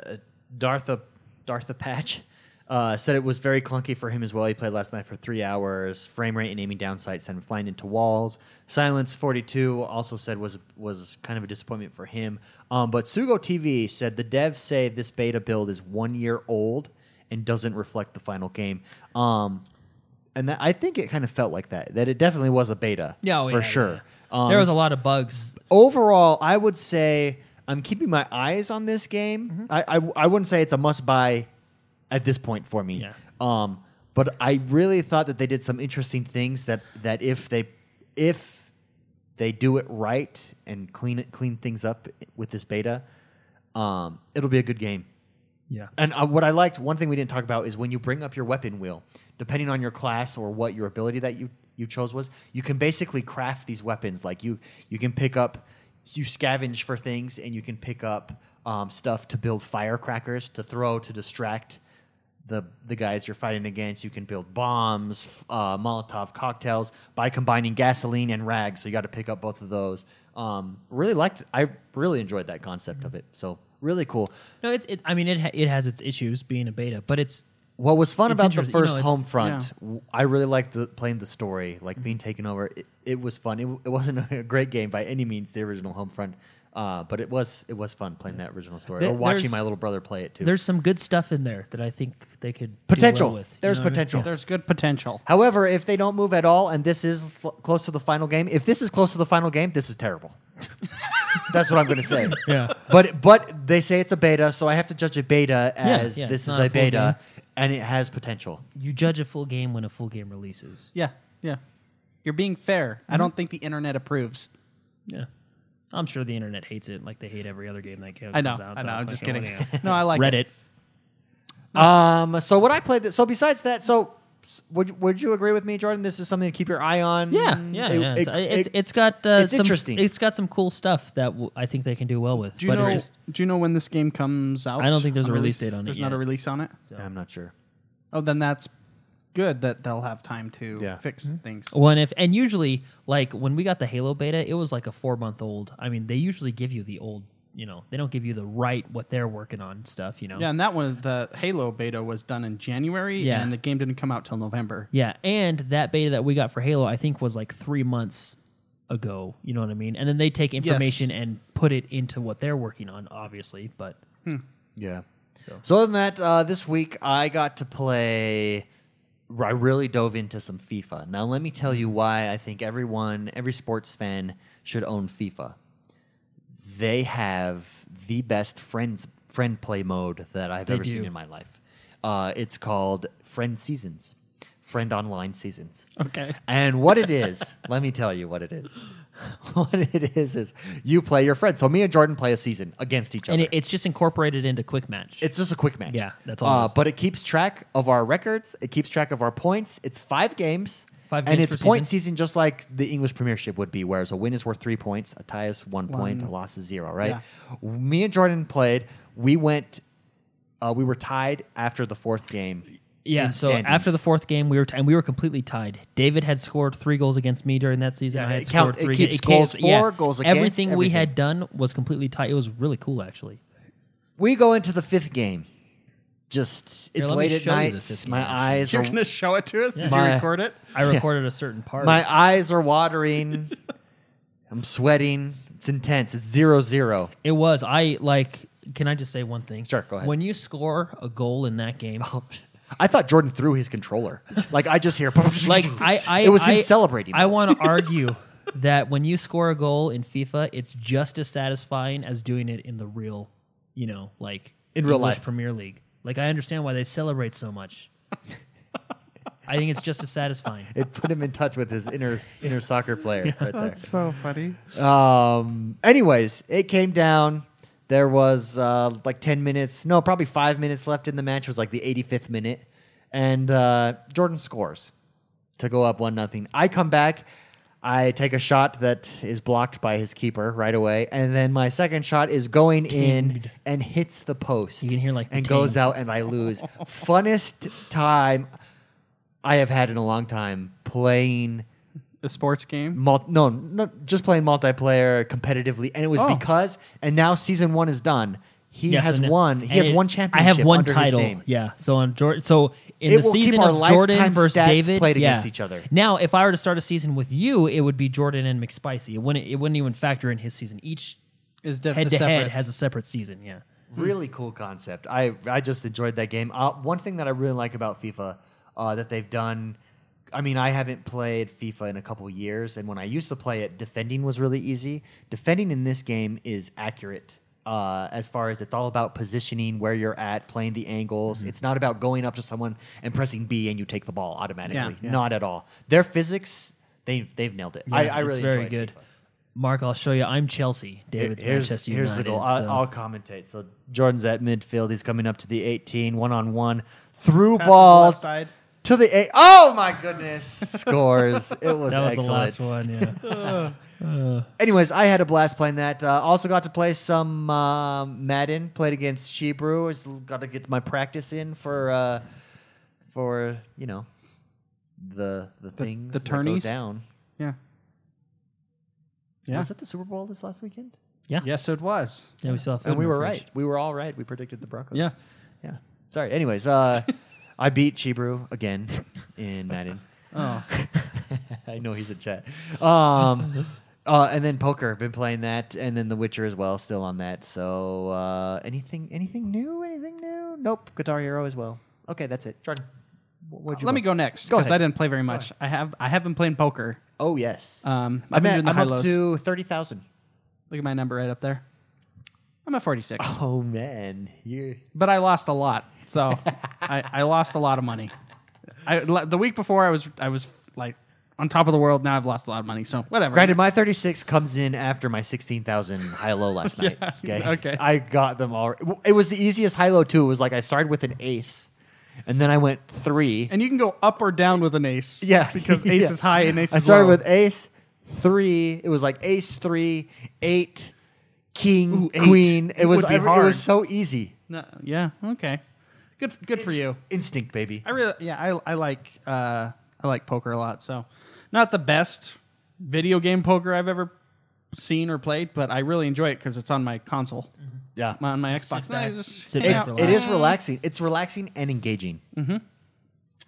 A: Dartha Dartha Patch uh, said it was very clunky for him as well. He played last night for three hours. Frame rate and aiming down sights and flying into walls. Silence forty two also said was was kind of a disappointment for him. Um, but Sugo TV said the devs say this beta build is one year old and doesn't reflect the final game. Um, and that, I think it kind of felt like that. That it definitely was a beta.
C: Yeah, oh,
A: for
C: yeah, yeah,
A: sure.
C: yeah.
A: Um,
C: there was a lot of bugs.
A: overall, I would say I'm keeping my eyes on this game. I, I I wouldn't say it's a must buy at this point for me.
C: Yeah.
A: Um, but I really thought that they did some interesting things that that if they if they do it right and clean it clean things up with this beta, um, it'll be a good game.
C: Yeah.
A: And uh, what I liked, one thing we didn't talk about is when you bring up your weapon wheel, depending on your class or what your ability that you, you chose was, you can basically craft these weapons. Like you, you can pick up, you scavenge for things, and you can pick up um, stuff to build firecrackers to throw to distract the the guys you're fighting against. You can build bombs, f- uh, Molotov cocktails by combining gasoline and rags. So you got to pick up both of those. Um, really liked. I really enjoyed that concept of it. So really cool.
C: No, it's. It, I mean, it ha- it has its issues being a beta, but it's
A: What was fun
C: It's
A: about the
C: interesting. You know,
A: first
C: it's- Mm-hmm.
A: Homefront, w- I really liked the, playing the story, like being taken over. It, it was fun. It, w- it wasn't a great game by any means, the original Homefront, uh, but it was it was fun playing that original story
C: There-
A: or watching
C: there's-
A: my little brother play it too.
C: there's some good stuff in there that I think they could do well
A: potential.
C: with, you
A: there's
C: know what I mean?
A: potential.
B: There's good potential.
A: However, if they don't move at all, and this is fl- close to the final game, if this is close to the final game, this is terrible. That's what I'm going to say.
C: Yeah.
A: But but they say it's a beta, so I have to judge a beta as
C: yeah,
A: this
C: it's
A: is
C: not
A: a,
C: a full
A: beta, and it has potential.
C: You judge a full game when a full game releases.
B: Yeah, yeah. You're being fair. I don't think the internet approves.
C: Yeah. I'm sure the internet hates it like they hate every other game that comes
B: I know.
C: out.
B: I know. I'm
C: Like, oh,
B: just kidding.
C: yeah.
B: no, I like it.
C: Reddit.
A: Um. So what I played. That, so besides that, so s- would would you agree with me, Jordan? This is something to keep your eye
B: mm,
A: on.
C: Yeah, yeah,
A: It-
C: yeah.
A: it-
C: It's- it's,
A: it-
C: it's got uh,
A: it's
C: some,
A: interesting.
C: It's got some cool stuff that w- I think they can do well with.
B: Do you
C: but
B: know?
C: it's just,
B: do you know when this game comes out?
C: I don't think there's a release date on it
B: There's not
C: yet.
B: a release on it.
A: I'm not sure.
B: Oh, then that's good that they'll have time to
A: Yeah.
B: fix
C: Mm-hmm.
B: things.
C: well, and if and usually like when we got the Halo beta, it was like a four month old. I mean, they usually give you the old. You know, they don't give you the right what they're working on stuff. You know.
B: Yeah, and that was the Halo beta was done in January,
C: Yeah.
B: and the game didn't come out till November.
C: Yeah, and that beta that we got for Halo, I think, was like three months ago. You know what I mean? And then they take information and put it into what they're working on, obviously. But
A: Yeah. So,
C: So-
A: other than that, uh, this week I got to play. I really dove into some FIFA. Now let me tell you why I think everyone, every sports fan, should own FIFA. They have the best friends friend play mode that I've ever seen
C: do.
A: in my life. Uh, it's called Friend Seasons, Friend Online Seasons.
B: Okay.
A: And what it is, let me tell you what it is. What it is is you play your friend. So me and Jordan play a season against each other.
C: and it, it's just incorporated into Quick Match.
A: It's just a quick match.
C: Yeah, that's all it
A: Uh,
C: is.
A: but it keeps track of our records. It keeps track of our points. It's five games.
C: Five
A: and
C: games
A: it's
C: per
A: point season. just like the English Premiership would be, whereas a win is worth three points, a tie is one, point, a loss is zero, right? Me and Jordan played. We went, uh, we were tied after the fourth game.
C: yeah.
A: in
C: So
A: standings.
C: after the fourth game, we were t- and we were completely tied. David had scored three goals against me during that season.
A: Yeah,
C: I had
A: it count-
C: scored
A: it
C: three.
A: keeps
C: counts-
A: goals for, goals against,
C: Everything, we had done was completely tied. It was really cool, actually.
A: We go into the fifth game. Just, it's
C: let me
A: late at
C: show you the
A: night.
C: fifth
A: My
C: game, actually.
A: eyes
B: You're
A: are
B: gonna show it to us? Did
A: My-
B: you record it?
C: I recorded a certain part.
A: My eyes are watering. I'm sweating. It's intense. It's zero zero.
C: It was. I like. Can I just say one thing?
A: Sure, go ahead. Oh,
C: When you score a goal in that game,
A: I thought Jordan threw his controller. Like I just hear.
C: like I, I,
A: it was him
C: I-
A: celebrating.
C: I want to argue that when you score a goal in FIFA, it's just as satisfying as doing it in the real, you know, like
A: In real
C: English
A: life.
C: Premier League. Like I understand why they celebrate so much. I think it's just as satisfying.
A: it put him in touch with his inner inner soccer player right there.
B: so funny.
A: Um. Anyways, it came down. There was uh, like ten minutes, no, probably five minutes left in the match. It was like the 85th minute, and uh, Jordan scores to go up one nothing. I come back. I take a shot that is blocked by his keeper right away, and then my second shot is going in
C: Tinged.
A: and hits the post.
C: You can hear, like, the
A: and goes
C: ting.
A: out, and I lose. Funnest time I have had in a long time playing
B: The sports game.
A: mul- no, no, just playing multiplayer competitively, and it was
B: Oh.
A: because and now season one is done. He
C: Yes,
A: has
C: and-
A: won. He
C: and
A: has
C: it-
A: one championship.
C: I have one
A: under
C: title.
A: His name.
C: Yeah. So on Jordan. So in
A: It
C: the
A: will keep
C: season
A: our
C: of Jordan
A: lifetime
C: versus
A: stats
C: David,
A: played
C: yeah.
A: against each other.
C: Now, if I were to start a season with you, it would be Jordan and McSpicy. It wouldn't. It wouldn't even factor in his season. Each
B: Is def-
C: head to
B: separate.
C: head has a separate season. Yeah.
A: Really cool concept. I I just enjoyed that game. Uh, one thing that I really like about FIFA uh, that they've done. I mean, I haven't played FIFA in a couple years, and when I used to play it, defending was really easy. Defending in this game is accurate. Uh, as far as it's all about positioning where you're at, playing the angles.
C: Mm-hmm.
A: It's not about going up to someone and pressing B and you take the ball automatically.
B: yeah.
A: Not at all. Their physics, they they've nailed it. I,
C: Yeah,
A: I
C: it's
A: really
C: very
A: enjoyed
C: good.
A: FIFA.
C: Mark, I'll show you. I'm Chelsea. David's
A: Here- here's,
C: Manchester
A: here's
C: United.
A: the goal.
C: so-
A: I'll, I'll commentate. So Jordan's at midfield. He's coming up to the 18, one on one, through ball
B: left side.
A: to the eight. Oh my goodness! Scores. It was
C: that was the
A: excellent.
C: last one. Yeah.
A: Anyways, I had a blast playing that. Uh, also got to play some um Madden. Played against Shebrew. It's- Got to get my practice in for uh, for you know the the things
B: the
A: that go
B: tourneys?
A: down.
B: Yeah. Yeah.
A: Was that the Super Bowl this last weekend?
C: yeah.
B: Yes, it was.
C: Yeah, we saw.
A: And we were right. We were all right. We predicted the Broncos.
B: Yeah.
A: Yeah. Sorry. Anyways, uh, I beat Chibru again in Madden.
B: Oh.
A: I know he's in chat. Um, uh, and then poker. Been playing that, and then The Witcher as well. Still on that. So uh, anything, anything new? Anything new? Nope. Guitar Hero as well. Okay, that's it. Jordan, wh- what'd you
B: Let me go next
A: Go
B: because
A: ahead.
B: I didn't play very much. I have I have been playing poker.
A: Oh yes.
B: Um, I've
A: I'm,
B: been
A: at,
B: doing the
A: I'm
B: high
A: up
B: lows.
A: to thirty thousand.
B: Look at my number right up there. I'm at 46,
A: Oh man, you.
B: but I lost a lot. So I, I lost a lot of money. I la- the week before I was I was like on top of the world. Now I've lost a lot of money. So whatever.
A: Granted, my 36 comes in after my 16,000 high low last night. Okay.
B: okay.
A: I got them all. It was the easiest high low, too. It was like I started with an ace and then I went three.
B: And you can go up or down with an ace.
A: yeah.
B: because ace
A: Yeah.
B: is high and ace
A: I
B: is
A: started
B: low.
A: with ace, three. It was like ace, three, eight, king,
B: Ooh, eight.
A: queen. It,
B: It
A: was
B: would be
A: every- it
B: hard.
A: was so easy.
B: No, yeah. Okay. Good. Good for you.
A: Instinct, baby.
B: I really, yeah, I, I like uh, I like poker a lot. So, not the best video game poker I've ever seen or played, but I really enjoy it because it's on my console,
A: Yeah.
B: my, on my Xbox. And I
C: back,
B: just
C: sit
B: hang
C: back,
A: It's,
B: out.
A: it is relaxing. It's relaxing and engaging.
B: Mm.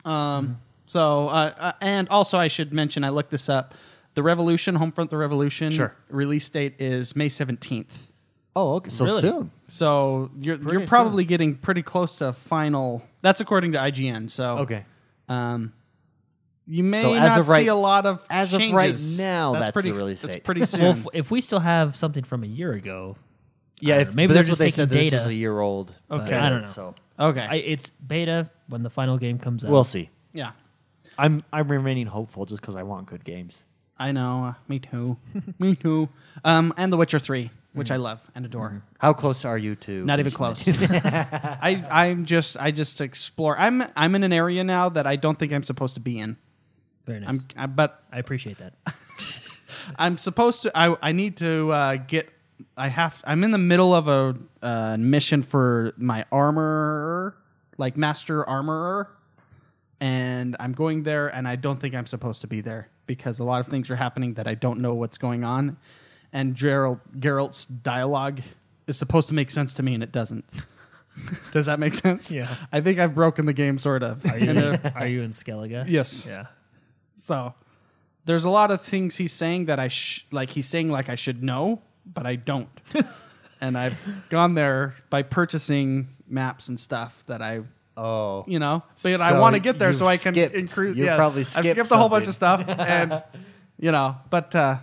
A: Mm-hmm.
B: Um, so, uh, uh, and also I should mention I looked this up. The Revolution, Homefront: The Revolution,
A: Sure.
B: release date is May seventeenth.
A: Oh, okay. So soon.
B: So you're you're
A: soon.
B: probably getting pretty close to final. That's according to IGN. So
A: Okay.
B: Um, you may
A: So as
B: not
A: of right-
B: see a lot of
A: as of right
B: changes.
A: now, that's
B: pretty
A: the release
B: That's
A: date.
B: pretty soon.
C: Well, if, if we still have something from a year ago,
A: Yeah,
C: don't
A: if,
C: know. Maybe
A: but
C: they're
A: that's what
C: just
A: they
C: taking
A: said.
C: data.
A: This was a year old.
B: Okay.
C: I don't know.
A: So
B: okay,
C: I, it's beta when the final game comes out.
A: we'll see.
B: yeah,
A: I'm I'm remaining hopeful just because I want good games.
B: I know. Uh, me too. me too. Um, and The Witcher Three, which
A: Mm-hmm.
B: I love and adore.
A: How close are you to?
B: Not even
A: finishing
B: close.
A: it?
B: I I'm just I just explore. I'm I'm in an area now that I don't think I'm supposed to be in.
C: Very nice.
B: I'm I, but
C: i appreciate that.
B: I'm supposed to. I I need to uh, get. I have. I'm in the middle of a uh, mission for my armor, like master armorer, and I'm going there, and I don't think I'm supposed to be there because a lot of things are happening that I don't know what's going on, and Gerald Geralt's dialogue is supposed to make sense to me, and it doesn't. Does that make sense?
C: Yeah.
B: I think I've broken the game, sort of. uh,
C: Are you, are you in Skellige?
B: Yes.
C: Yeah.
B: So there's a lot of things he's saying that I sh- like he's saying like I should know, but I don't. and I've gone there by purchasing maps and stuff that I
A: oh,
B: you know, but I
A: So
B: want to get there
A: you've
B: so I can
A: skipped-
B: increase.
A: you've
B: yeah,
A: probably
B: I've
A: skipped
B: skipped a whole bunch of
A: something.
B: stuff, and you know, but uh,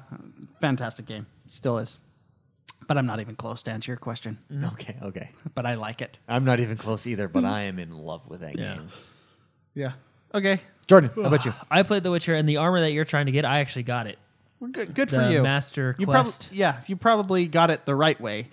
B: fantastic game, still is. But I'm not even close to answer your question.
A: okay, okay.
B: But I like it.
A: I'm not even close either, but I am in love with that game.
B: Yeah. Okay.
A: Jordan, how about you?
C: I played The Witcher, and the armor that you're trying to get, I actually got it.
B: Well, Good, good
C: The
B: for you.
C: Master
B: you probably
C: Quest.
B: yeah, you probably got it the right way.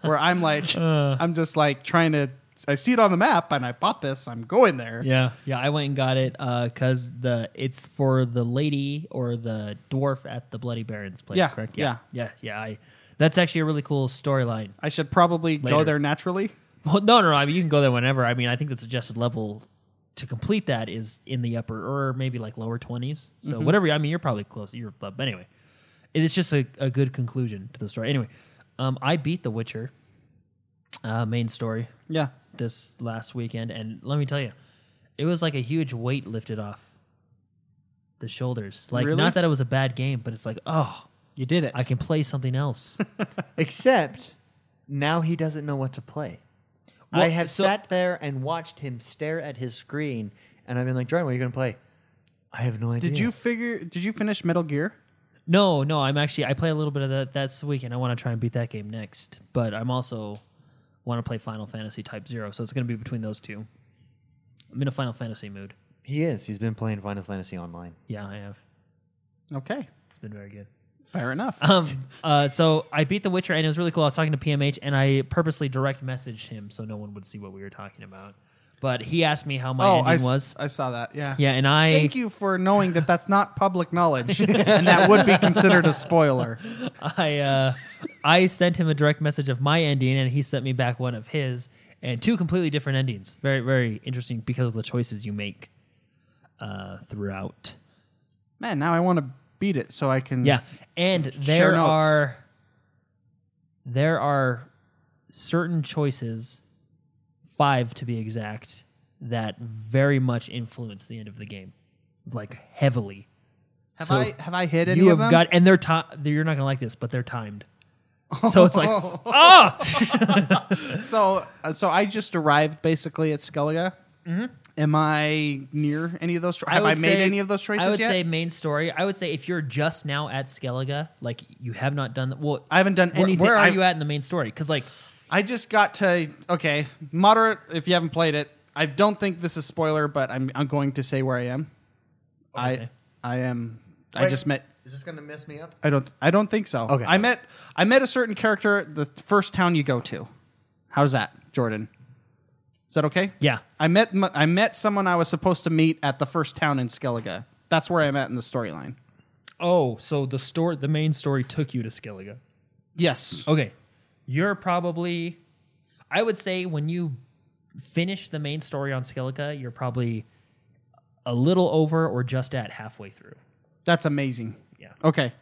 B: where I'm like,
C: Uh.
B: I'm just like trying to. I see it on the map, and I bought this. I'm going there.
C: Yeah, yeah, I went and got it because the it's for the lady or the dwarf at the Bloody Baron's place.
B: Yeah,
C: correct. yeah, yeah. yeah I, that's actually a really cool storyline.
B: I should probably go
C: Later.
B: there naturally.
C: Well, no, no, no. I mean, you can go there whenever. I mean, I think the suggested level to complete that is in the upper or maybe like lower twenties. So
B: Mm-hmm.
C: whatever. I mean, you're probably close. You're but anyway, it's just a, a good conclusion to the story. Anyway, um, I beat The Witcher uh, main story
B: Yeah.
C: this last weekend, and let me tell you, it was like a huge weight lifted off the shoulders. Like,
B: Really?
C: not that it was a bad game, but it's like, oh,
B: You did it.
C: I can play something else.
A: Except now he doesn't know what to play. I have
C: so-
A: sat there and watched him stare at his screen, and I've been like, Jordan, what are you going to play? I have no idea.
B: Did you figure? Did you finish Metal Gear?
C: No, no, I'm actually I play a little bit of that that's the weekend. I want to try and beat that game next, but I'm also want to play Final Fantasy Type 0, so it's going to be between those two. I'm in a Final Fantasy mood.
A: He is. He's been playing Final Fantasy Online.
C: Yeah, I have.
B: Okay,
C: It's been very good.
B: fair enough.
C: Um, uh, so I beat The Witcher, and it was really cool. I was talking to PMH, and I purposely direct messaged him so no one would see what we were talking about. But he asked me how my
B: oh,
C: ending
B: I s-
C: was.
B: I saw that. Yeah.
C: Yeah, and I
B: Thank you for knowing that that's not public knowledge, and that would be considered a spoiler.
C: I uh, I sent him a direct message of my ending, and he sent me back one of his, and two completely different endings. Very very interesting because of the choices you make uh, throughout.
B: Man, now I want to beat it so I can.
C: Yeah, and
B: Share
C: there
B: Mm-hmm. notes.
C: are there are certain choices, five to be exact, that very much influence the end of the game, like heavily.
B: Have
C: So-
B: I have I hit any
C: you
B: of them?
C: have got and they're ti You're not gonna like this, but they're timed. So it's like, ah,
B: so uh, so I just arrived basically at Skellige. Am I near any of those? Cho- have I,
C: Mm-hmm. would
B: made
C: say-
B: any of those choices
C: I would
B: yet?
C: say main story. I would say if you're just now at Skellige, like you have not done the, well.
B: I haven't done
C: where-
B: anything.
C: Where, are
B: I,
C: you at in the main story? Because like,
B: I just got to okay, moderate. If you haven't played it, I don't think this is spoiler, but I'm I'm going to say where I am.
C: Okay.
B: I I am. I
A: Wait.
B: just met.
A: Is this going to mess me up?
B: I don't. I don't think so.
A: Okay.
B: I met. I met a certain character at the first town you go to. How's that, Jordan? Is that okay?
C: yeah,
B: I met m- I met someone I was supposed to meet at the first town in Skellige. That's where I'm at in the storyline.
C: oh, so the story, the main story took you to Skellige.
B: Yes.
C: Okay, you're probably. I would say when you finish the main story on Skellige, you're probably a little over or just at halfway through.
B: That's amazing.
C: Yeah.
B: Okay.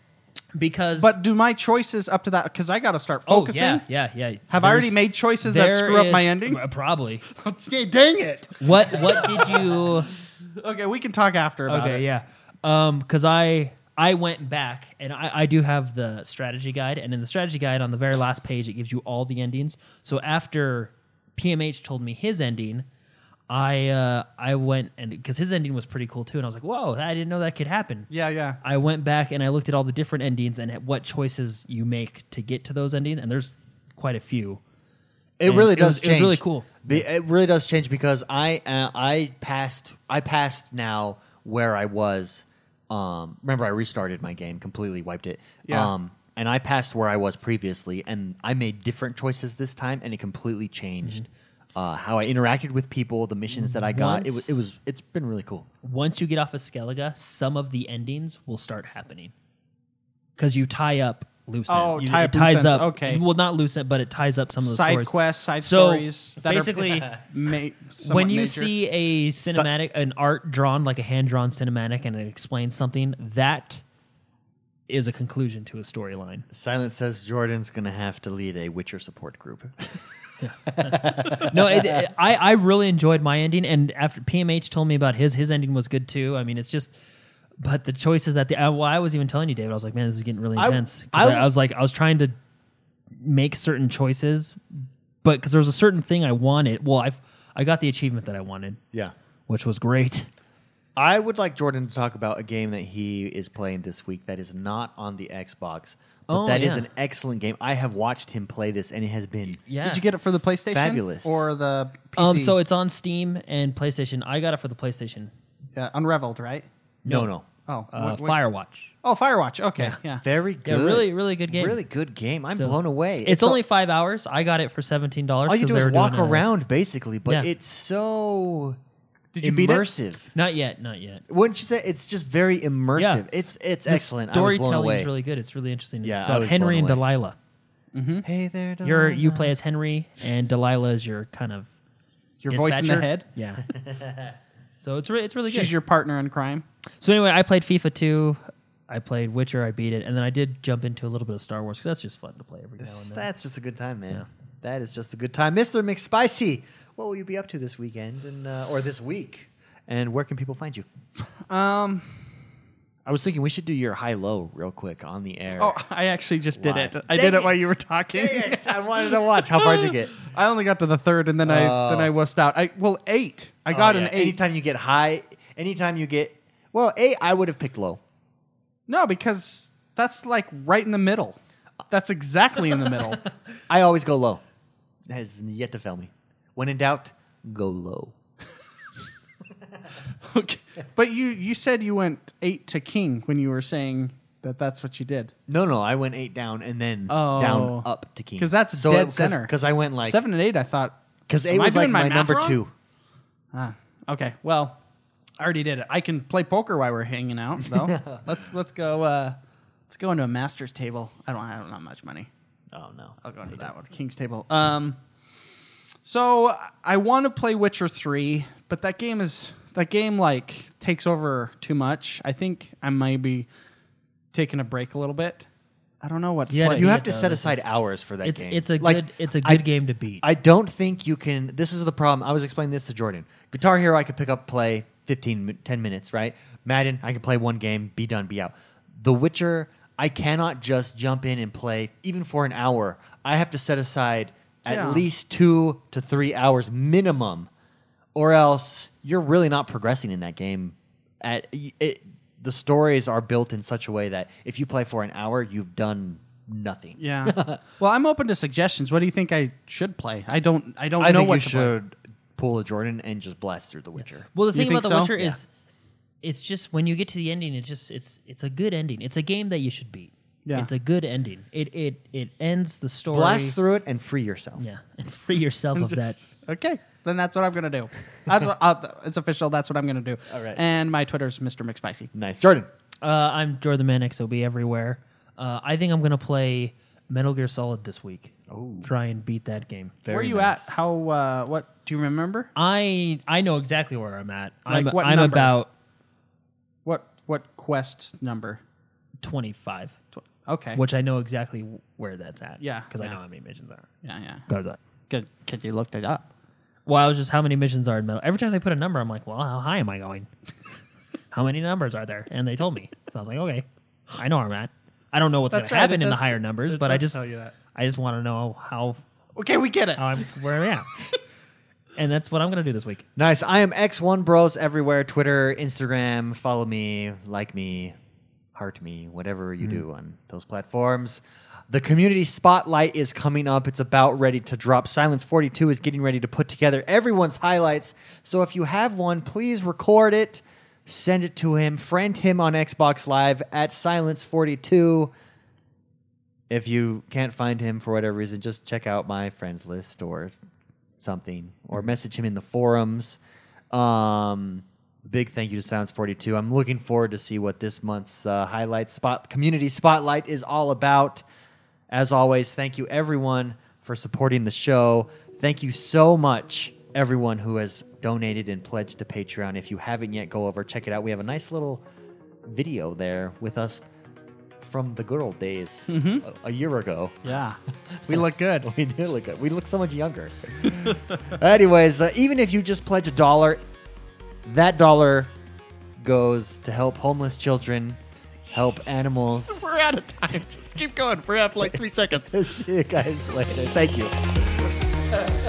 C: Because
B: But do my choices up to that cuz I got to start
C: oh
B: focusing?
C: yeah, yeah, yeah.
B: Have I already made choices that
C: there
B: screw up my
C: is-
B: ending?
C: Probably.
B: Dang it.
C: What what did you?
B: Okay, we can talk after about
C: okay
B: it.
C: yeah um because i i went back and I, I do have the strategy guide and in the strategy guide on the very last page it gives you all the endings so after pmh told me his ending i uh i went and because his ending was pretty cool too and i was like whoa i didn't know that could happen
B: Yeah, yeah.
C: i went back and i looked at all the different endings and at what choices you make to get to those endings and there's quite a few
A: It
C: And
A: really
C: it
A: does
C: was- it was
A: change.
C: really cool.
A: Be- It really does change because I uh, I passed I passed now where I was. Um, remember, I restarted my game completely, wiped it.
B: Yeah.
A: Um, and I passed where I was previously, and I made different choices this time, and it completely changed
C: Mm-hmm.
A: uh, how I interacted with people, the missions that I got. It was,
C: Once-
A: it was it's been really cool.
C: once you get off of Skellige, some of the endings will start happening because you tie up loose. end-
B: Oh,
C: you-
B: tie
C: it
B: up loose
C: ties
B: ends.
C: up.
B: Okay.
C: well, not loose end, but it ties up some of the
B: Side
C: stories.
B: quests, side
C: So,
B: stories that
C: basically,
B: are ma- somewhat
C: When you
B: major.
C: see a cinematic, an art drawn like a hand drawn cinematic, and it explains something, that is a conclusion to a storyline.
A: Silence says Jordan's gonna have to lead a Witcher support group.
C: no, it, it- I I really enjoyed my ending, and after PMH told me about his, his ending was good too. I mean, it's just, but the choices at the I, well, I was even telling you, David, I was like, man, this is getting really
A: I-
C: intense. 'Cause I,
A: I-
C: I was like, I was trying to make certain choices, but because there was a certain thing I wanted. Well, I I got the achievement that I wanted,
A: yeah.
C: which was great.
A: I would like Jordan to talk about a game that he is playing this week that is not on the Xbox, but
C: Oh,
A: that is
C: yeah.
A: an excellent game. I have watched him play this, and it has been
C: Yeah.
B: Did you get it for the PlayStation
A: Fabulous.
B: or the PC?
C: Um, so it's on Steam and PlayStation. I got it for the PlayStation.
B: yeah, Unreveled, right?
A: no, no,
B: Oh,
C: Uh,
B: what- what-
C: Firewatch.
B: Oh, Firewatch. Okay. yeah.
A: very good,
C: Yeah, really, really good game.
A: really good game. I'm
C: So-
A: blown away.
C: It's, only five hours. I got it for seventeen dollars.
A: all you do is walk around basically, but
C: uh, Yeah.
A: it's so
B: Did you beat it?
A: immersive.
C: Not yet. Not yet.
A: Wouldn't you say it's just very immersive?
C: Yeah.
A: It's it's
C: The
A: excellent. I was blown
C: Storytelling
A: away.
C: is really good. It's really interesting.
A: Yeah, I
C: it's about
A: was
C: Henry and
A: blown away.
C: Delilah.
A: hey there,
C: You're
B: Uh-huh.
C: you
A: Delilah.
C: play as Henry, and Delilah is your kind of
B: Your voice in the
C: dispatcher.
B: head.
C: Yeah. so it's re- it's really good.
B: She's your partner in crime.
C: so anyway, I played FIFA two. I played Witcher. I beat it, and then I did jump into a little bit of Star Wars because that's just fun to play every now
A: That's,
C: and then.
A: that's just a good time, man. That is just a good time, Mister McSpicy. What will you be up to this weekend and uh, or this week? And where can people find you?
B: Um.
A: I was thinking we should do your high low real quick on the air.
B: Oh, I actually just did
A: Why?
B: it. I
A: Dang
B: did it,
A: it.
B: while you were talking.
A: Dang it, I wanted to watch. How far did you get?
B: I only got to the third, and then I then I wussed out. I well eight. I got
A: Oh, yeah.
B: an eight.
A: Anytime you get high, anytime you get well, eight, I would have picked low.
B: No, because that's like right in the middle. That's exactly in the middle.
A: I always go low. That has yet to fail me. When in doubt, go low.
B: okay. But you you said you went eight to king when you were saying that that's what you did.
A: No, no, I went eight down and then
B: Oh.
A: down up to king
B: 'Cause that's dead center.
A: Because I went like
B: Seven and eight, I thought.
A: Because eight
B: Am I
A: was like
B: doing my
A: my,
B: math
A: number
B: wrong?
A: two.
B: Ah, okay. Well, I already did it. I can play poker while we're hanging out. So let's let's go. Uh, let's go into a master's table. I don't. I don't have much money.
A: Oh no,
B: I'll go into that one. King's Table. Um, so I want to play Witcher three, but that game is that game like takes over too much. I think I might be taking a break a little bit. I don't know what. To
C: Yeah,
B: play.
A: you have
C: it
A: to
C: though.
A: set
C: It's-
A: aside hours for that
C: It's
A: game.
C: it's a
A: Like,
C: good it's a good
A: I-
C: game to beat.
A: I don't think you can. This is the problem. I was explaining this to Jordan. Guitar Hero, I could pick up, play 15, mi- 10 minutes, right? Madden, I can play one game, be done, be out. The Witcher, I cannot just jump in and play even for an hour. I have to set aside at
B: Yeah.
A: least two to three hours minimum, or else you're really not progressing in that game. At y- it, the stories are built in such a way that if you play for an hour, you've done nothing.
B: Yeah. well, I'm open to suggestions. What do you think I should play? I don't. I don't
A: I
B: know
A: think
B: what
A: you
B: to play.
A: should pull a Jordan and just blast through The Witcher.
C: well, the
B: You
C: thing
B: think
C: about The
B: so?
C: Witcher is, it's just when you get to the ending, it just it's it's a good ending. It's a game that you should beat.
B: Yeah.
C: it's a good ending. It it it ends the story.
A: Blast through it and free yourself.
C: Yeah, and free yourself of that.
B: Okay, then that's what I'm gonna do. That's what, uh, it's official. That's what I'm gonna do. All
A: right.
B: And my Twitter's Mr. McSpicy.
A: Nice. Jordan.
C: Uh, I'm Jordan Man XOB everywhere. Uh, I think I'm gonna play Metal Gear Solid this week.
A: Oh.
C: try and beat that game.
B: Where are you at? How? Uh, what do you remember?
C: I I know exactly where I'm at. I'm
B: Like what
C: I'm
B: number?
C: about
B: What what quest number?
C: 25,
B: Okay.
C: which I know exactly w- where that's at.
B: eh. Yeah,
C: because I
B: yeah.
C: know how many missions there are.
B: Yeah, yeah.
C: Go to that.
B: Good. Cause you looked it up.
C: Well, I was just how many missions are in metal. Every time they put a number, I'm like, well, how high am I going? how many numbers are there? And they told me, so I was like, okay, I know where I'm at. I don't know what's going
B: That's
C: to
B: right,
C: happen
B: it
C: in the
B: does t-
C: higher numbers,
B: it
C: but I
B: does
C: just
B: tell you that.
C: I just want to know how,
B: Okay, we get it.
C: how I'm where I'm at. and that's what I'm going to do this week.
A: Nice. I am X1 Bros everywhere Twitter, Instagram. Follow me, like me, heart me, whatever you do on those platforms. The community spotlight is coming up. It's about ready to drop. Silence 42 is getting ready to put together everyone's highlights. So if you have one, please record it, send it to him, friend him on Xbox Live at Silence 42. if you can't find him for whatever reason, just check out my friends list or something, or message him in the forums. Um, big thank you to Silence Forty Two. I'm looking forward to see what this month's uh, highlight spot community spotlight is all about. As always, thank you everyone for supporting the show. Thank you so much, everyone who has donated and pledged to Patreon. If you haven't yet, go over check it out. We have a nice little video there with us from the good old days a, a year ago.
B: yeah, we look good.
A: We do look good. We look so much younger. Anyways, uh, even if you just pledge a dollar, that dollar goes to help homeless children, help animals.
B: We're out of time. Just keep going. We're at like three seconds.
A: See you guys later. Thank you.